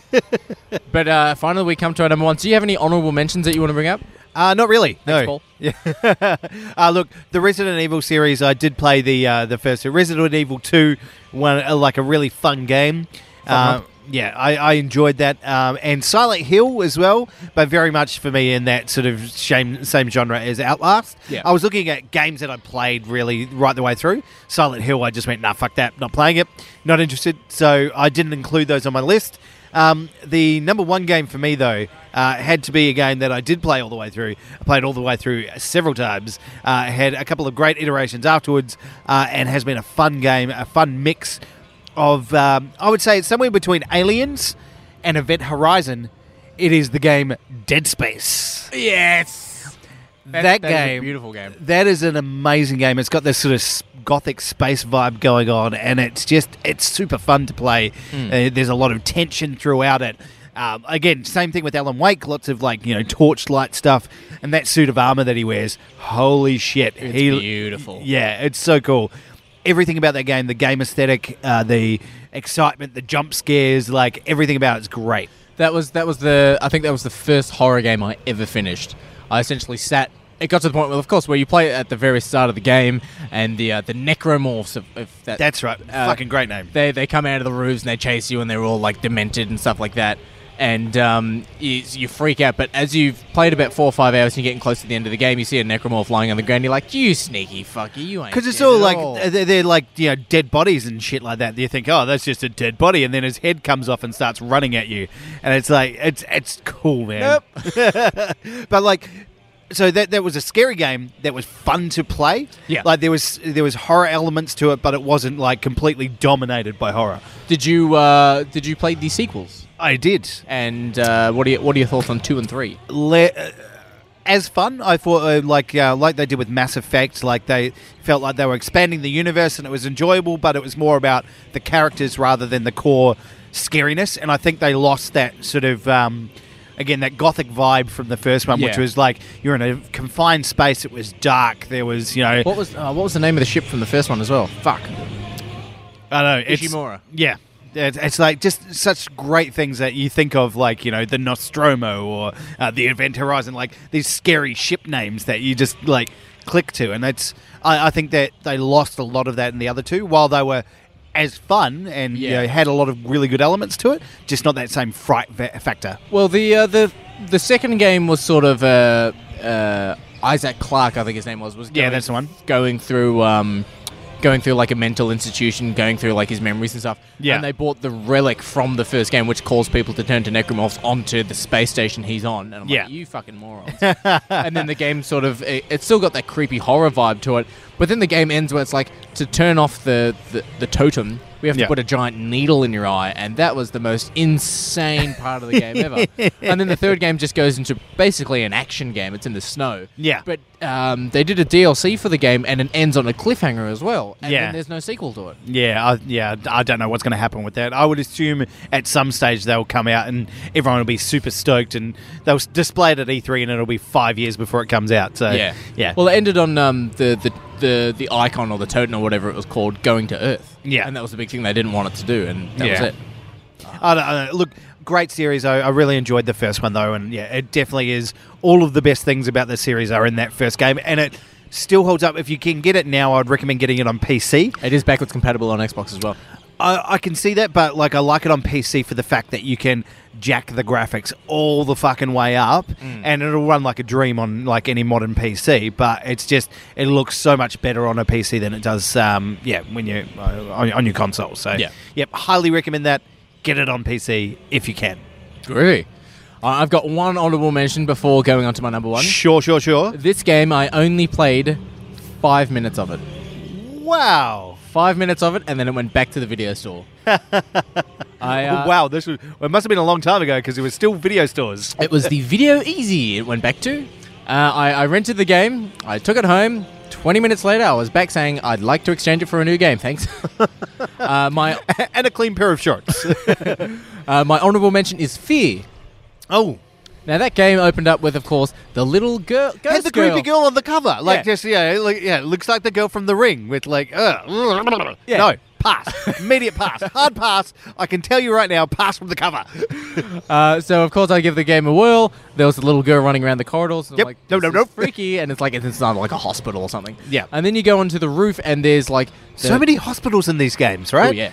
C: but uh, finally, we come to our number one. Do you have any honourable mentions that you want to bring up?
B: Uh, not really. No.
C: Paul.
B: Yeah. uh, look, the Resident Evil series. I did play the uh, the first Resident Evil Two, one uh, like a really fun game. Uh, yeah, I, I enjoyed that, um, and Silent Hill as well, but very much for me in that sort of same same genre as Outlast.
C: Yeah.
B: I was looking at games that I played really right the way through. Silent Hill, I just went nah, fuck that, not playing it, not interested. So I didn't include those on my list. Um, the number one game for me, though, uh, had to be a game that I did play all the way through. I played all the way through several times. Uh, had a couple of great iterations afterwards, uh, and has been a fun game, a fun mix of. Um, I would say it's somewhere between Aliens and Event Horizon. It is the game Dead Space.
C: Yes. That,
B: That
C: that is a
B: game-
C: beautiful game.
B: That is an amazing game. It's got this sort of s- gothic space vibe going on, and it's just it's super fun to play.
C: Hmm.
B: Uh, there's a lot of tension throughout it. Um, again, same thing with Alan Wake. Lots of like you know torchlight stuff, and that suit of armor that he wears. Holy shit!
C: It's beautiful.
B: Yeah, it's so cool. Everything about that game, the game aesthetic, uh, the excitement, the jump scares, like everything about it's great.
C: That was that was the I think that was the first horror game I ever finished. I essentially sat. It got to the point where, of course, where you play it at the very start of the game, and the uh, the necromorphs of, of that.
B: That's right.
C: Uh,
B: Fucking great name.
C: They they come out of the roofs and they chase you, and they're all like demented and stuff like that. And um, you, you freak out, but as you've played about four or five hours and you're getting close to the end of the game, you see a necromorph lying on the ground. You're like, "You sneaky fucker, you ain't."
B: Because it's
C: dead
B: all
C: at
B: like uh, they're, they're like you know dead bodies and shit like that. You think, oh, that's just a dead body, and then his head comes off and starts running at you, and it's like it's it's cool, man. but like, so that that was a scary game that was fun to play.
C: Yeah.
B: like there was there was horror elements to it, but it wasn't like completely dominated by horror.
C: Did you uh, did you play the sequels?
B: I did
C: And uh, what are your, what are your thoughts on two and three?
B: le- uh, as fun. I thought uh, like uh, like they did with Mass Effect, like they felt like they were expanding the universe and it was enjoyable, but it was more about the characters rather than the core scariness. And I think they lost that sort of. Um, Again, that gothic vibe from the first one, which
C: Yeah.
B: was like you're in a confined space. It was dark. There was, you know,
C: What was uh, what was the name of the ship from the first one as well? Fuck.
B: I don't know.
C: Ishimura.
B: Yeah. It's, it's like just such great things that you think of, like, you know, the Nostromo or uh, the Event Horizon, like these scary ship names that you just, like, click to. And it's, I, I think that they lost a lot of that in the other two while they were as fun and,
C: Yeah.
B: you know, had a lot of really good elements to it, just not that same fright va- factor.
C: Well, the uh, the the second game was sort of uh, uh, Isaac Clarke, I think his name was. Was
B: Yeah,
C: going-
B: that's the one.
C: Going through um, going through like a mental institution, going through like his memories and stuff.
B: Yeah.
C: And they bought the relic from the first game, which caused people to turn to necromorphs onto the space station he's on. And I'm
B: Yeah.
C: like, you fucking morons. and then the game sort of it, it's still got that creepy horror vibe to it. But then the game ends where it's like to turn off the the, the totem. We have to
B: Yeah.
C: put a giant needle in your eye, and that was the most insane part of the game ever. And then the third game just goes into basically an action game. It's in the snow.
B: Yeah.
C: But um, they did a DLC for the game, and it ends on a cliffhanger as well. And
B: Yeah.
C: then there's no sequel to it.
B: Yeah, I, yeah, I don't know what's going to happen with that. I would assume at some stage they'll come out and everyone will be super stoked and they'll s- display it at E3 and it'll be five years before it comes out. So Uh, yeah,
C: Well, it ended on um, the, the the the icon or the totem or whatever it was called going to Earth.
B: Yeah.
C: And that was the big thing they didn't want it to do, and that
B: Yeah.
C: was it.
B: I don't, I don't- look, great series. I, I really enjoyed the first one though, and yeah, it definitely is. All of the best things about the series are in that first game, and it still holds up. If you can get it now, I'd recommend getting it on PC.
C: It is backwards compatible on Xbox as well.
B: I, I can see that, but like I like it on PC for the fact that you can jack the graphics all the fucking way up, and it'll run like a dream on like any modern PC. But it's just it looks so much better on a PC than it does, um, yeah, when you uh, on, on your console. So
C: Yeah.
B: yep, highly recommend that. Get it on PC if you can.
C: Groovy. Uh, I've got one honorable mention before going on to my number one.
B: Sure, sure, sure.
C: This game, I only played five minutes of it.
B: Wow.
C: Five minutes of it, and then it went back to the video store. I, uh,
B: wow, this was well, it must have been a long time ago because it was still video stores.
C: It was the Video Easy it went back to. Uh, I, I rented the game, I took it home. 20 minutes later, I was back saying, I'd like to exchange it for a new game, thanks. uh, my,
B: and a clean pair of shorts.
C: uh, my honorable mention is Fear.
B: oh,
C: Now, that game opened up with, of course, the little girl. Ghost
B: had the creepy girl on the cover, like
C: Yeah.
B: just yeah, like, yeah, it looks like the girl from The Ring with like, uh,
C: Yeah.
B: no pass, immediate pass, hard pass. I can tell you right now, pass from the cover.
C: Uh, so of course I give the game a whirl. There was a little girl running around the corridors. And
B: Yep.
C: I'm like,
B: No,
C: this
B: no,
C: is
B: no.
C: Freaky, and it's like it's inside like a hospital or something.
B: Yeah.
C: And then you go onto the roof, and there's like the-
B: So many hospitals in these games,
C: Oh
B: right?
C: yeah.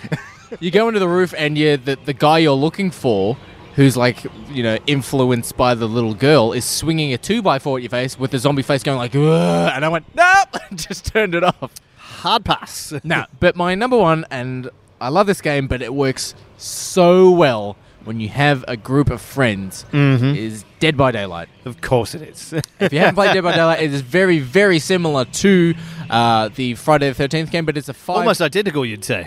C: you go into the roof, and you the the guy you're looking for, who's like you know influenced by the little girl, is swinging a two by four at your face with the zombie face going like, "Ugh," and I went nope, and just turned it off.
B: hard pass.
C: No, but my number one, and I love this game, but it works so well when you have a group of friends, is Dead by Daylight.
B: Of course it is.
C: If you haven't played Dead by Daylight, it is very, very similar to uh, the Friday the Thirteenth game, but it's a five,
B: Almost identical, you'd say.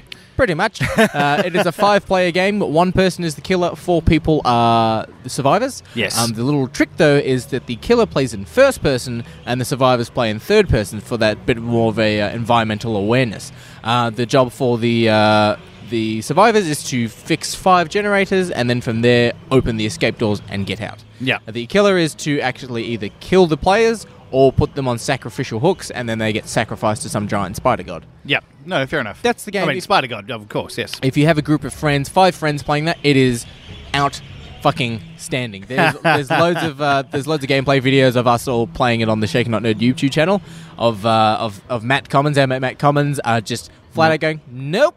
C: pretty much. Uh, it is a five-player game. One person is the killer, four people are the survivors.
B: Yes.
C: Um, the little trick though is that the killer plays in first person and the survivors play in third person for that bit more of a uh, environmental awareness. Uh, the job for the uh, the survivors is to fix five generators and then from there open the escape doors and get out. Uh,
B: Yeah.
C: The killer is to actually either kill the players or put them on sacrificial hooks and then they get sacrificed to some giant spider god.
B: Yeah. No, fair enough.
C: That's the game.
B: I mean, Spider God, of course, yes.
C: If you have a group of friends, five friends playing that, it is out fucking standing. There's, there's loads of uh, there's loads of gameplay videos of us all playing it on the Shaken Not Nerd YouTube channel of uh, of of Matt Commons and Matt Commons are just flat out going nope.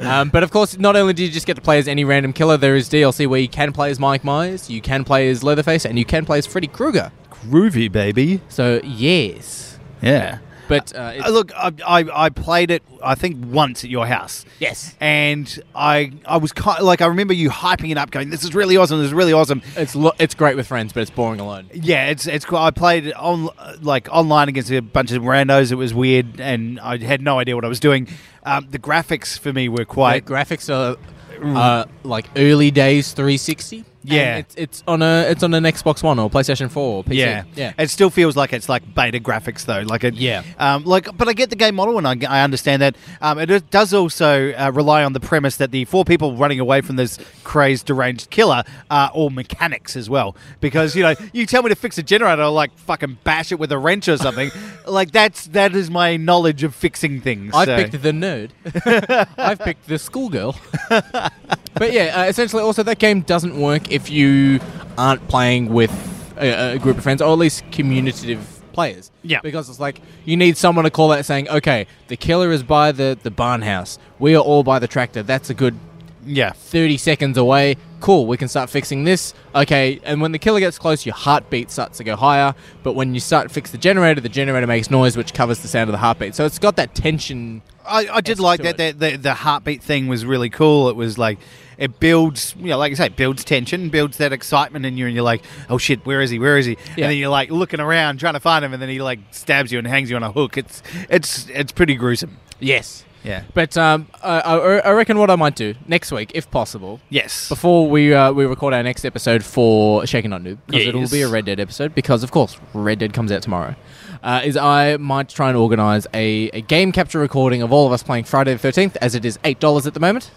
C: um, but of course, not only do you just get to play as any random killer, there is DLC where you can play as Mike Myers, you can play as Leatherface, and you can play as Freddy Krueger.
B: Groovy, baby.
C: So yes,
B: Yeah.
C: but uh, it's,
B: Uh, Look, I, I, I played it, I think, once at your house.
C: Yes.
B: And I I was kind like, I remember you hyping it up, going, this is really awesome, this is really awesome.
C: it's lo- it's great with friends, but it's boring alone.
B: Yeah, it's it's. cool. I played it on like online against a bunch of randos. It was weird, and I had no idea what I was doing. Um, the graphics for me were
C: The
B: quite.
C: graphics are uh, like early days 360. and
B: Mm. Yeah.
C: it's, it's on a it's on an Xbox One or PlayStation 4 or PC.
B: yeah,
C: yeah.
B: It still feels like it's like beta graphics though. Like it,
C: Yeah.
B: Um, like, but I get the game model and I, I understand that. Um, it is- does also uh, rely on the premise that the four people running away from this crazed, deranged killer are all mechanics as well. Because you know, you tell me to fix a generator, I'll like fucking bash it with a wrench or something. like that's that is my knowledge of fixing things.
C: I've
B: so-
C: picked the nerd. I've picked the schoolgirl. but yeah, uh, essentially, also that game doesn't work if you aren't playing with a, a group of friends or at least communicative players.
B: Yeah.
C: Because it's like you need someone to call out saying, okay, the killer is by the, the barn house. We are all by the tractor. That's a good
B: yeah.
C: 30 seconds away. Cool, we can start fixing this. Okay, and when the killer gets close, your heartbeat starts to go higher. But when you start to fix the generator, the generator makes noise, which covers the sound of the heartbeat. So it's got that tension.
B: I, I did
C: Yes,
B: like
C: to
B: that, that the, the heartbeat thing was really cool. It was like it builds, you know, like you say, it builds tension, builds that excitement in you, and you're like, oh shit, where is he? Where is he? And
C: Yeah.
B: then you're like looking around trying to find him, and then he like stabs you and hangs you on a hook. It's it's it's pretty gruesome.
C: Yes.
B: Yeah.
C: But um, I, I, I reckon what I might do next week, if possible,
B: Yes.
C: before we uh, we record our next episode for Shaken Not Noob, because it'll
B: Yes.
C: be a Red Dead episode, because of course Red Dead comes out tomorrow. Uh, is I might try and organise a, a game capture recording of all of us playing Friday the Thirteenth, as it is eight dollars at the moment.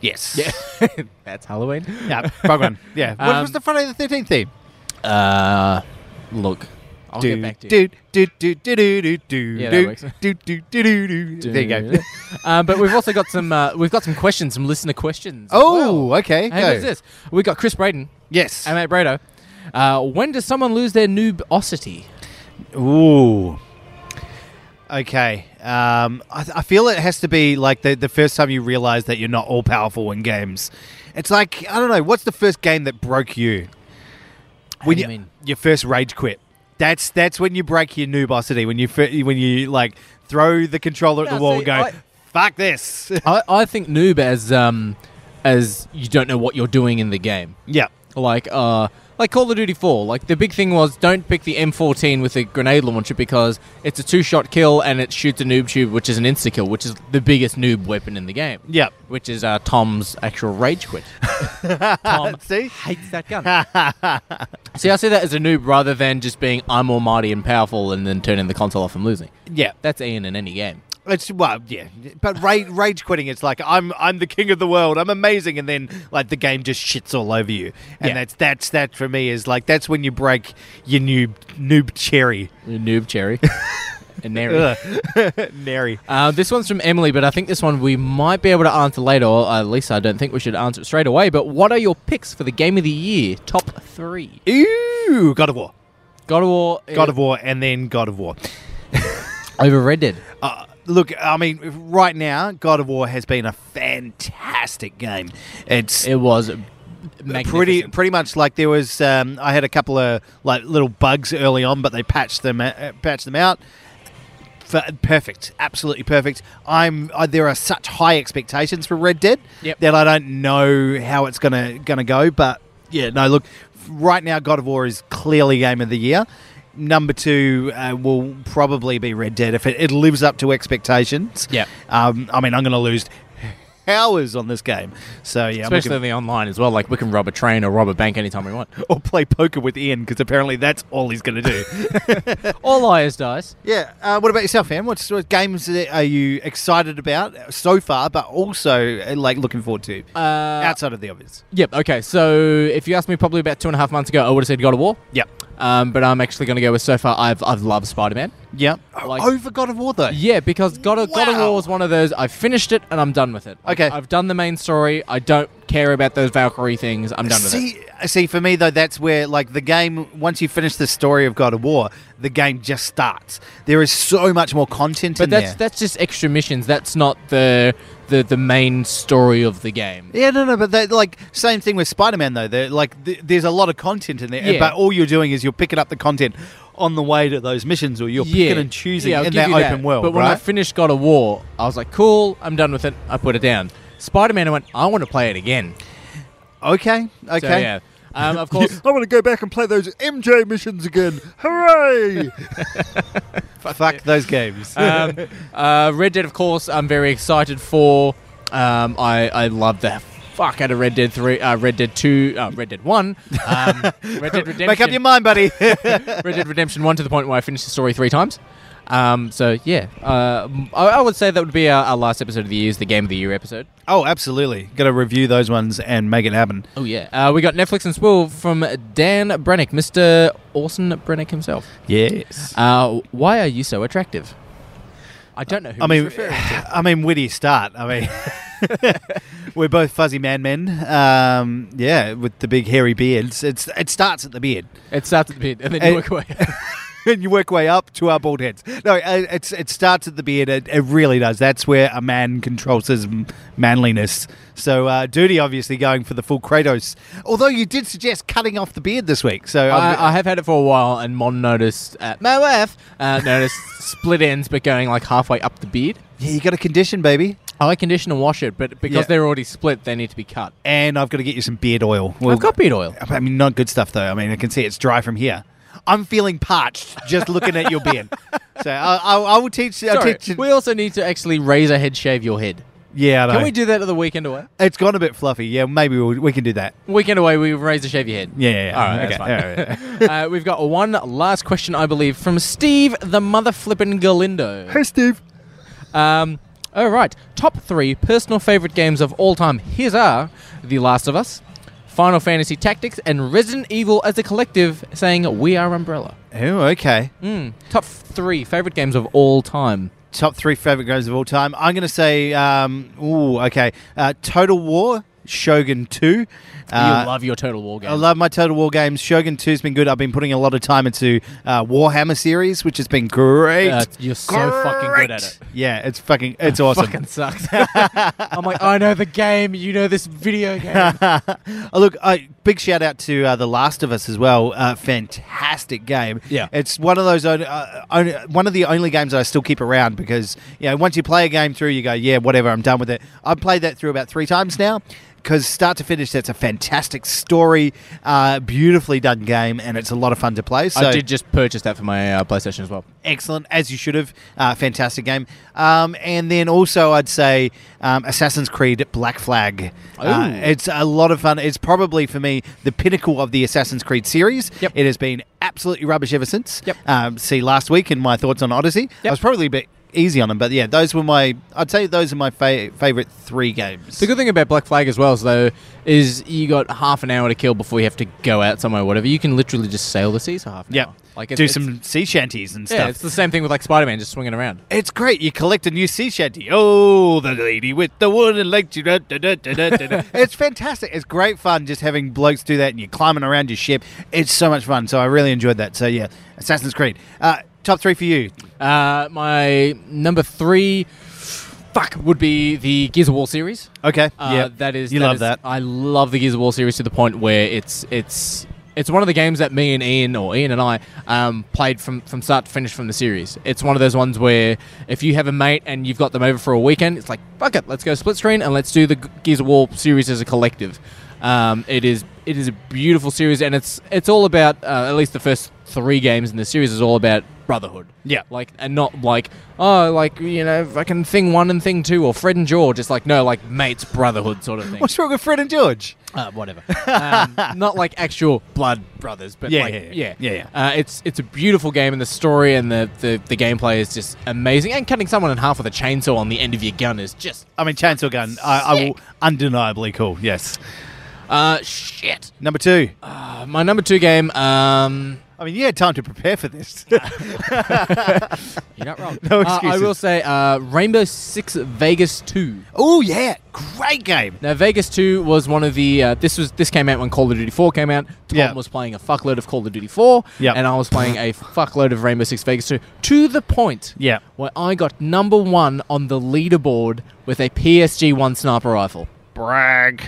B: yes.
C: Yeah, that's Halloween.
B: yeah. Wrong one. Yeah. what
C: Um,
B: was the Friday the Thirteenth theme?
C: Uh, look, I'll
B: Do
C: get back to you.
B: do do do do do do
C: Yeah, that
B: do
C: works.
B: do do do do do. There you go.
C: uh, but we've also got some uh, we've got some questions, some listener questions. as
B: Oh,
C: well.
B: okay,
C: Hey,
B: go.
C: what's this? We got Chris Braden
B: Yes.
C: and Matt Brado. Uh, when does someone lose their noobosity?
B: Ooh. Okay. Um, I, I feel it has to be like the, the first time you realize that you're not all powerful in games. It's like, I don't know, what's the first game that broke you? When
C: do you mean?
B: Your first rage quit. That's that's when you break your noobosity, when you fir- when you like throw the controller at
C: No,
B: the wall
C: see,
B: and go,
C: I-
B: fuck this.
C: I, I think noob as um as you don't know what you're doing in the game.
B: yeah.
C: Like uh like Call of Duty 4. Like the big thing was don't pick the M14 with a grenade launcher because it's a two-shot kill and it shoots a noob tube, which is an insta kill, which is the biggest noob weapon in the game.
B: Yeah.
C: Which is uh, Tom's actual rage quit. Tom
B: See?
C: hates that gun. See, I see that as a noob rather than just being I'm almighty and powerful and then turning the console off and losing.
B: Yeah.
C: That's Ian in any game.
B: It's well, yeah, but rage, rage quitting. It's like I'm I'm the king of the world. I'm amazing, and then like the game just shits all over you, and
C: Yeah.
B: that's that's that for me is like that's when you break your noob noob cherry,
C: Noob cherry. and Neri.
B: Ugh. nary.
C: Uh, this one's from Emily, but I think this one we might be able to answer later, or at least I don't think we should answer it straight away. But what are your picks for the game of the year? Top three.
B: Ew, God of War,
C: God of War.
B: God of War, and then God of War.
C: Over Red Dead.
B: Uh, look, I mean, right now, God of War has been a fantastic game. It's
C: It was
B: pretty
C: magnificent.
B: pretty much like there was um, I had a couple of like little bugs early on, but they patched them uh, patched them out. F- Perfect, absolutely perfect. I'm I, there are such high expectations for Red Dead
C: Yep.
B: that I don't know how it's gonna gonna go. But yeah, no, look, right now God of War is clearly game of the year. Number two uh, will probably be Red Dead if it, it lives up to expectations.
C: Yep.
B: Um, I mean, I'm going to lose hours on this game. So yeah, I'm looking-
C: Especially the online as well. Like we can rob a train or rob a bank anytime we want.
B: or play poker with Ian because apparently that's all he's going to do.
C: All liars dies.
B: yeah. Uh, what about yourself, Ian? What sort of games that are you excited about so far, but also uh, like looking forward to
C: Uh,
B: outside of the obvious?
C: yep. Okay. So if you asked me probably about two and a half months ago, I would have said God of War.
B: Yep.
C: Um, but I'm actually going to go with so far. I've I've loved Spider Man.
B: Yep.
C: Like-
B: Oh, Over God of War though.
C: Yeah, because God of, God of
B: Wow.
C: War is one of those. I finished it and I'm done with it. Like,
B: Okay.
C: I've done the main story. I don't care about those Valkyrie things. I'm done with it.
B: See, uh, see, for me though, that's where like the game. Once you finish the story of God of War, the game just starts. There is so much more content
C: But
B: in
C: that's
B: there.
C: that's just extra missions. That's not the the the main story of the game.
B: Yeah, no, no, but that like same thing with Spider Man though. They're, like th- there's a lot of content in there,
C: Yeah.
B: but all you're doing is you're picking up the content on the way to those missions, or you're
C: yeah,
B: picking and choosing
C: Yeah, I'll
B: in
C: give
B: that
C: you
B: open world,
C: But when I
B: right?
C: finished God of War, I was like, cool. I'm done with it. I put it down. Spider Man. I went. I want to play it again.
B: okay, okay.
C: So, yeah. Um, of course.
B: I want to go back and play those MJ missions again. Hooray! Fuck those games.
C: um, uh, Red Dead, of course, I'm very excited for. Um, I I love the fuck out of Red Dead Three, uh, Red Dead Two, uh, Red Dead One, um, Red Dead Redemption,
B: Make up your mind, buddy.
C: Red Dead Redemption One to the point where I finished the story three times. Um, so yeah, uh, I, I would say that would be our, our last episode of the year, is the Game of the Year episode.
B: oh, absolutely. Got to review those ones and make it happen.
C: Oh yeah, uh, we got Netflix and Swill from Dan Brennick, Mr. Orson Brennick himself.
B: Yes.
C: Uh, why are you so attractive? I don't know. Who
B: I mean,
C: he's referring to.
B: I mean, where do you start? I mean, we're both fuzzy man men. Um, yeah, with the big hairy beards. It's it starts at the beard,
C: it starts at the beginning and then
B: Uh,
C: you work away.
B: and you work way up to our bald heads. No, uh, it's it starts at the beard. It, it really does. That's where a man controls his m- manliness. So, uh, duty obviously going for the full Kratos. Although you did suggest cutting off the beard this week, so um,
C: I, I have had it for a while, and Mon noticed uh, my wife uh, noticed split ends, but going like halfway up the beard.
B: yeah, you got a condition, baby.
C: I condition and wash it, but because
B: Yeah.
C: they're already split, they need to be cut.
B: And I've got to get you some beard oil. We'll-
C: I've got beard oil.
B: I mean, not good stuff though. I mean, I can see it's dry from here. I'm feeling parched just looking at your beard. So I, I, I will teach. I'll
C: Sorry,
B: teach you-
C: we also need to actually razor head shave your head.
B: yeah, I know.
C: Can we do that at the weekend away?
B: it's gone a bit fluffy. Yeah, maybe we'll, we can do that.
C: Weekend away, we razor shave your head.
B: Yeah, yeah, yeah.
C: All right,
B: Okay,
C: that's fine. uh, we've got one last question, I believe, from Steve the mother flippin' Galindo.
B: Hey, Steve.
C: Um, all right, top three personal favorite games of all time. Here's are The Last of Us, Final Fantasy Tactics, and Resident Evil as a collective, saying we are Umbrella.
B: Oh, okay.
C: Mm, top three favorite games of all time.
B: Top three favorite games of all time. I'm going to say, um, ooh, okay, uh, Total War, Shogun Uh, 2.
C: you love your Total War game.
B: I love my Total War games. Shogun 2's been good. I've been putting a lot of time into uh, Warhammer series, which has been great.
C: Uh, you're so fucking good at it.
B: Yeah, it's fucking, it's awesome.
C: Fucking sucks. I'm like, I know the game. You know this video game.
B: Oh, look, I, big shout out to uh, The Last of Us as well. Uh, fantastic game.
C: Yeah.
B: it's one of those on- uh, on- one of the only games that I still keep around because you know once you play a game through, you go, yeah, whatever, I'm done with it. I've played that through about three times now. Because start to finish, that's a fantastic story, uh, beautifully done game, and it's a lot of fun to play. So
C: I did just purchase that for my uh, PlayStation as well.
B: excellent as you should have. Uh, fantastic game. Um, and then also, I'd say um, Assassin's Creed Black Flag. Uh,
C: Ooh.
B: it's a lot of fun. It's probably for me the pinnacle of the Assassin's Creed series.
C: Yep.
B: It has been absolutely rubbish ever since.
C: Yep.
B: Um, see last week in my thoughts on Odyssey. I
C: Yep.
B: was probably a bit easy on them, but yeah, those were my. I'd say those are my fa- favorite three games.
C: The good thing about Black Flag as well, is though, is you got half an hour to kill before you have to go out somewhere or whatever. You can literally just sail the seas for half an
B: Yep.
C: hour. Like it's,
B: do
C: it's-
B: some sea shanties and
C: Yeah,
B: stuff.
C: it's the same thing with like Spider Man, just swinging around.
B: It's great. You collect a new sea shanty. Oh, the lady with the wooden leg. Da, da, da, da, da, da, da. it's fantastic. It's great fun just having blokes do that and you're climbing around your ship. It's so much fun. So I really enjoyed that. So yeah, Assassin's Creed. Uh, top three for you.
C: Uh, my number three, fuck, would be the Gears of War series.
B: Okay.
C: Uh,
B: yeah,
C: that is
B: You
C: that
B: love
C: is-
B: that.
C: I love the Gears of War series to the point where it's it's it's one of the games that me and Ian or Ian and I um, played from from start to finish from the series. It's one of those ones where if you have a mate and you've got them over for a weekend, it's like fuck it, let's go split screen and let's do the G- Gears of War series as a collective. Um, it is it is a beautiful series and it's it's all about uh, at least the first three games in the series is all about brotherhood.
B: Yeah.
C: Like and not like oh like you know fucking thing one and thing two or Fred and George. It's like no like mates brotherhood sort of thing.
B: What's wrong with Fred and George?
C: Uh, whatever. um, not like actual blood brothers, but
B: Yeah,
C: like,
B: yeah,
C: yeah,
B: yeah. Yeah, yeah.
C: Uh, it's it's a beautiful game, and the story and the, the the gameplay is just amazing. And cutting someone in half with a chainsaw on the end of your gun is just
B: I mean, Chainsaw Gun. I, I will undeniably cool. Yes.
C: uh shit.
B: Number two.
C: Uh, my number two game. Um,
B: I mean, you had time to prepare for this.
C: you're not wrong.
B: No
C: Uh, I
B: excuses.
C: will say uh, Rainbow Six Vegas Two.
B: oh yeah, great game.
C: Now, Vegas Two was one of the. Uh, this was this came out when Call of Duty Four came out. Tom
B: Yeah.
C: was playing a fuckload of Call of Duty Four,
B: Yep.
C: and I was playing a fuckload of Rainbow Six Vegas Two. To the point,
B: Yeah.
C: where I got number one on the leaderboard with a PSG One sniper rifle.
B: Brag.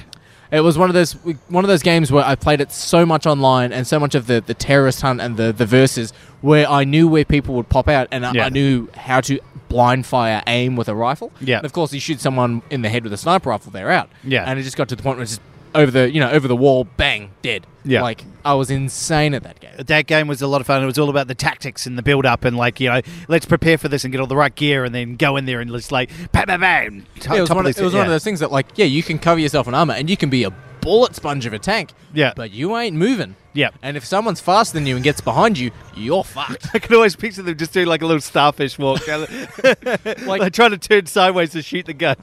C: It was one of those one of those games where I played it so much online and so much of the, the terrorist hunt and the the verses where I knew where people would pop out and I,
B: Yeah.
C: I knew how to blind fire aim with a rifle.
B: Yeah.
C: And of course, you shoot someone in the head with a sniper rifle, they're out.
B: Yeah.
C: And it just got to the point where it's just over the you know over the wall, bang, dead.
B: Yeah. Uh,
C: Like I was insane at that game.
B: that game was a lot of fun. It was all about the tactics and the build up and like you know, let's prepare for this and get all the right gear and then go in there and just like bam bam bam.
C: Yeah, it was, one of, it was one of those things that like yeah, you can cover yourself in armor and you can be a bullet sponge of a tank.
B: Yeah.
C: But you ain't moving.
B: Yeah.
C: And if someone's faster than you and gets behind you, you're fucked.
B: I can always picture them just doing like a little starfish walk, down the- like,
C: Like-
B: trying to turn sideways to shoot the gun.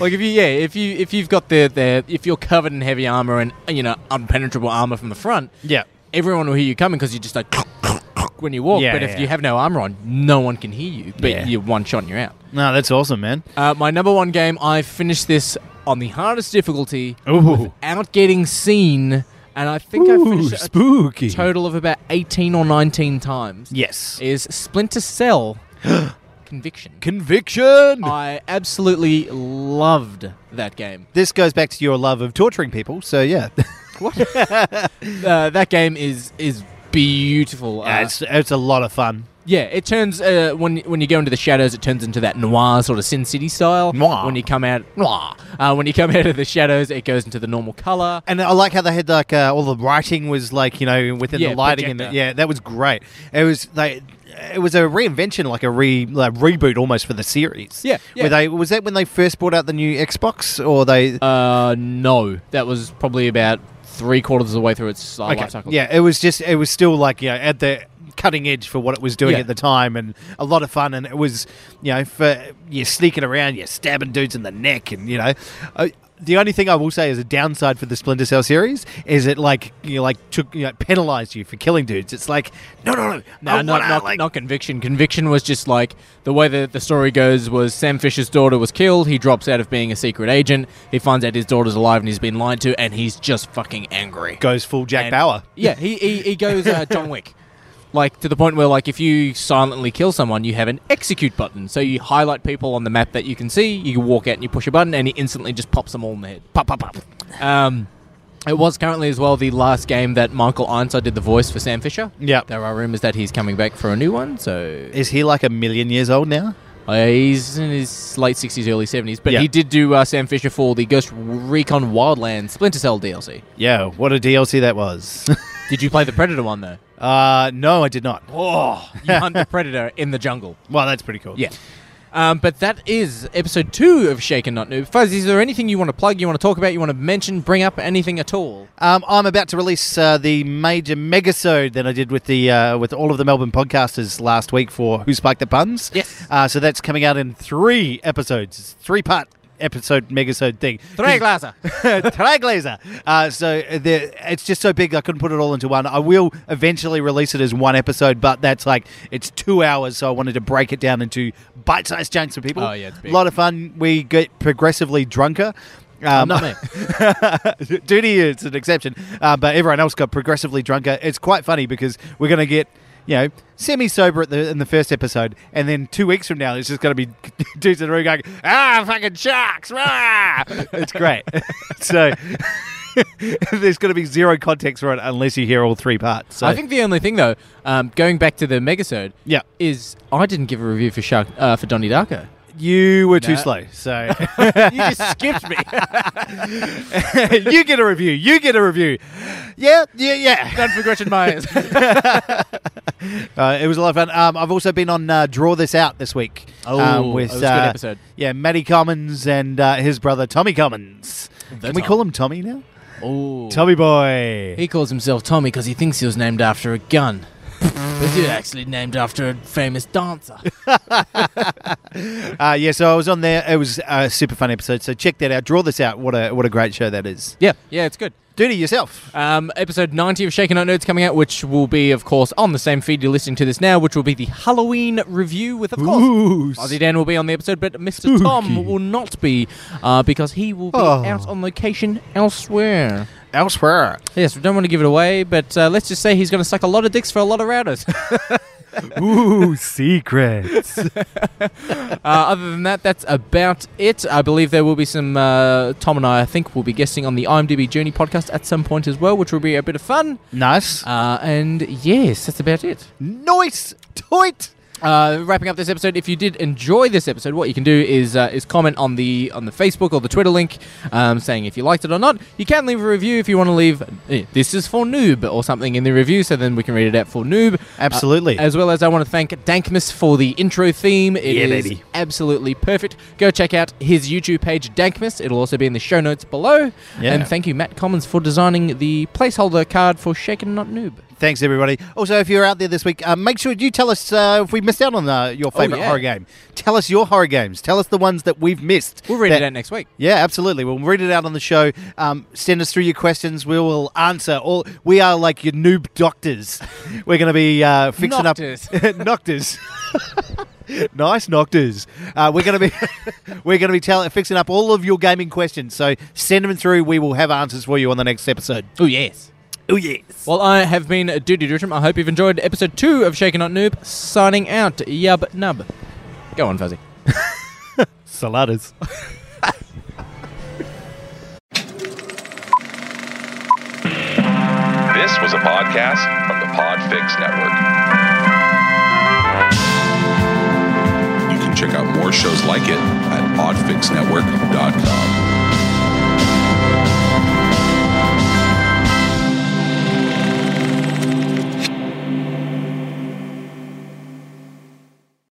C: like if you yeah if you if you've got the the if you're covered in heavy armor and you know unpenetrable armor from the front
B: yeah,
C: everyone will hear you coming because you just like when you walk
B: Yeah,
C: but if
B: yeah.
C: you have no armor on no one can hear you but
B: Yeah.
C: you're one shot and you're out
B: no, that's awesome, man.
C: uh, my number one game i finished this on the hardest difficulty
B: Ooh,
C: without getting seen and i think i finished it a
B: spooky.
C: total of about 18 or 19 times
B: yes,
C: is splinter cell conviction
B: conviction.
C: i absolutely loved that game
B: this goes back to your love of torturing people. So yeah,
C: uh, that game is is beautiful. Uh,
B: Yeah, it's it's a lot of fun.
C: yeah, it turns uh, when when you go into the shadows, it turns into that noir sort of Sin City style.
B: Noir.
C: When you come out, noir. Uh, when you come out of the shadows, it goes into the normal color.
B: And I like how they had like uh, all the writing was like you know within
C: Yeah,
B: the lighting and the,
C: projector.
B: yeah that was great. It was like it was a reinvention, like a re like reboot almost for the series.
C: Yeah, yeah.
B: Were they was that when they first brought out the new Xbox or they?
C: Uh, no, that was probably about three quarters of the way through its uh, life cycle.
B: Yeah, it was just it was still like you know at the cutting edge for what it was doing
C: Yeah.
B: at the time and a lot of fun and it was you know for you sneaking around, you stabbing dudes in the neck and you know. Uh, the only thing I will say is a downside for the Splinter Cell series is it like you know, like took you know, penalized you for killing dudes. It's like no, no, no,
C: No,
B: I
C: not,
B: wanna,
C: not,
B: like-
C: not conviction. Conviction was just like the way that the story goes was Sam Fisher's daughter was killed. He drops out of being a secret agent. He finds out his daughter's alive and he's been lied to, and he's just fucking angry.
B: goes full Jack
C: And-
B: Bauer.
C: Yeah, he, he, he goes uh, John Wick. Like to the point where, like, if you silently kill someone, you have an execute button. So you highlight people on the map that you can see. You walk out and you push a button, and he instantly just pops them all in the head. Pop, pop, pop. Um, it was currently as well the last game that Michael Ironside did the voice for Sam Fisher.
B: Yep.
C: there are rumors that he's coming back for a new one. So
B: Is he like a million years old now?
C: uh, he's in his late sixties, early seventies. But
B: Yeah.
C: he did do uh, Sam Fisher for the Ghost Recon Wildlands Splinter Cell DLC.
B: Yeah, what a DLC that was.
C: Did you play the Predator one though?
B: uh, no, I did not.
C: Oh, you hunt the predator in the jungle.
B: Well, that's pretty cool.
C: Yeah. Um, but that is episode two of Shaken Not Noob. Fuzz, is there anything you want to plug, you want to talk about, you want to mention, bring up, anything at all?
B: Um, I'm about to release uh, the major megasode that I did with the uh, with all of the Melbourne podcasters last week for Who Sparked the Puns.
C: Yes.
B: Uh, so that's coming out in three episodes. It's three part episode megasode thing.
C: Three glaser.
B: Triglazer. Uh, so the, it's just so big I couldn't put it all into one. I will eventually release it as one episode, but that's like it's two hours, so I wanted to break it down into bite-sized chunks for people.
C: Oh, yeah, it's big.
B: a lot of fun. We get progressively drunker. Um,
C: Not me.
B: Duty is an exception, uh, but everyone else got progressively drunker. It's quite funny because we're going to get. You know, semi sober at the in the first episode, and then two weeks from now, it's just going to be dudes in the room going, "Ah, fucking sharks!" rah!" it's great. so there's going to be zero context for it unless you hear all three parts. So
C: I think the only thing, though, um, going back to the Megasode,
B: Yeah.
C: is I didn't give a review for Shark uh, for Donnie Darko.
B: you were too
C: No.
B: slow. So
C: you just skipped me.
B: you get a review. You get a review. Yeah, yeah, yeah.
C: Done for Gretchen Myers.
B: Uh, it was a lot of fun. Um, I've also been on uh, Draw This Out this week. um,
C: Oh, that was a good
B: uh,
C: episode.
B: Yeah, Matty Commons and uh, his brother Tommy Commons. Can we
C: Tom.
B: call him Tommy now?
C: Ooh.
B: Tommy boy.
C: He calls himself Tommy because he thinks he was named after a gun. but he's actually named after a famous dancer.
B: Uh, yeah, so I was on there. It was a super fun episode. So check that out. Draw This Out. What a what a great show that is.
C: Yeah, yeah, it's good.
B: Duty yourself.
C: Um, episode 90 of Shaken Out Nerds coming out, which will be, of course, on the same feed you're listening to this now, which will be the Halloween review with, of course,
B: Ooh.
C: Aussie Dan will be on the episode, but Mr. Tom will not be uh, because he will be
B: Oh.
C: out on location elsewhere.
B: Elsewhere.
C: Yes, we don't want to give it away, but uh, let's just say he's going to suck a lot of dicks for a lot of routers. uh,
B: Ooh, secrets.
C: other than that, that's about it. I believe there will be some. Uh, Tom and I, I think, will be guesting on the IMDb Journey podcast at some point as well, which will be a bit of fun.
B: nice.
C: Uh, and yes, that's about it.
B: nice. Toit.
C: Uh, wrapping up this episode, if you did enjoy this episode, what you can do is uh, is comment on the on the Facebook or the Twitter link, um, saying if you liked it or not. You can leave a review if you want to leave. eh, This is for noob or something in the review, so then we can read it out for noob. Uh,
B: Absolutely.
C: As well as I want to thank Dankmas for the intro theme. It is
B: Yeah, baby.
C: absolutely perfect. Go check out his YouTube page, Dankmas. It'll also be in the show notes below.
B: Yeah.
C: And thank you, Matt Commons, for designing the placeholder card for Shaken Not Noob.
B: Thanks, everybody. Also, if you're out there this week, uh, make sure you tell us uh, if we missed out on uh, your favorite
C: Oh, yeah.
B: horror game. Tell us your horror games. Tell us the ones that we've missed.
C: We'll read
B: that-
C: it out next week.
B: Yeah, absolutely. We'll read it out on the show. Um, send us through your questions. We will answer all. We are like your noob doctors. We're going to be uh, fixing
C: Noctors.
B: up noctors. nice noctors. Uh, we're going to be we're going to be tell- fixing up all of your gaming questions. So send them through. We will have answers for you on the next episode.
C: Oh, yes.
B: Oh yes.
C: Well, I have been Duty Dutrum. I hope you've enjoyed episode two of Shaken Not Noob. Signing out. Yub nub. Go on, Fuzzy.
B: Saladas.
D: This was a podcast from the Podfix Network. You can check out more shows like it at podfixnetwork.com.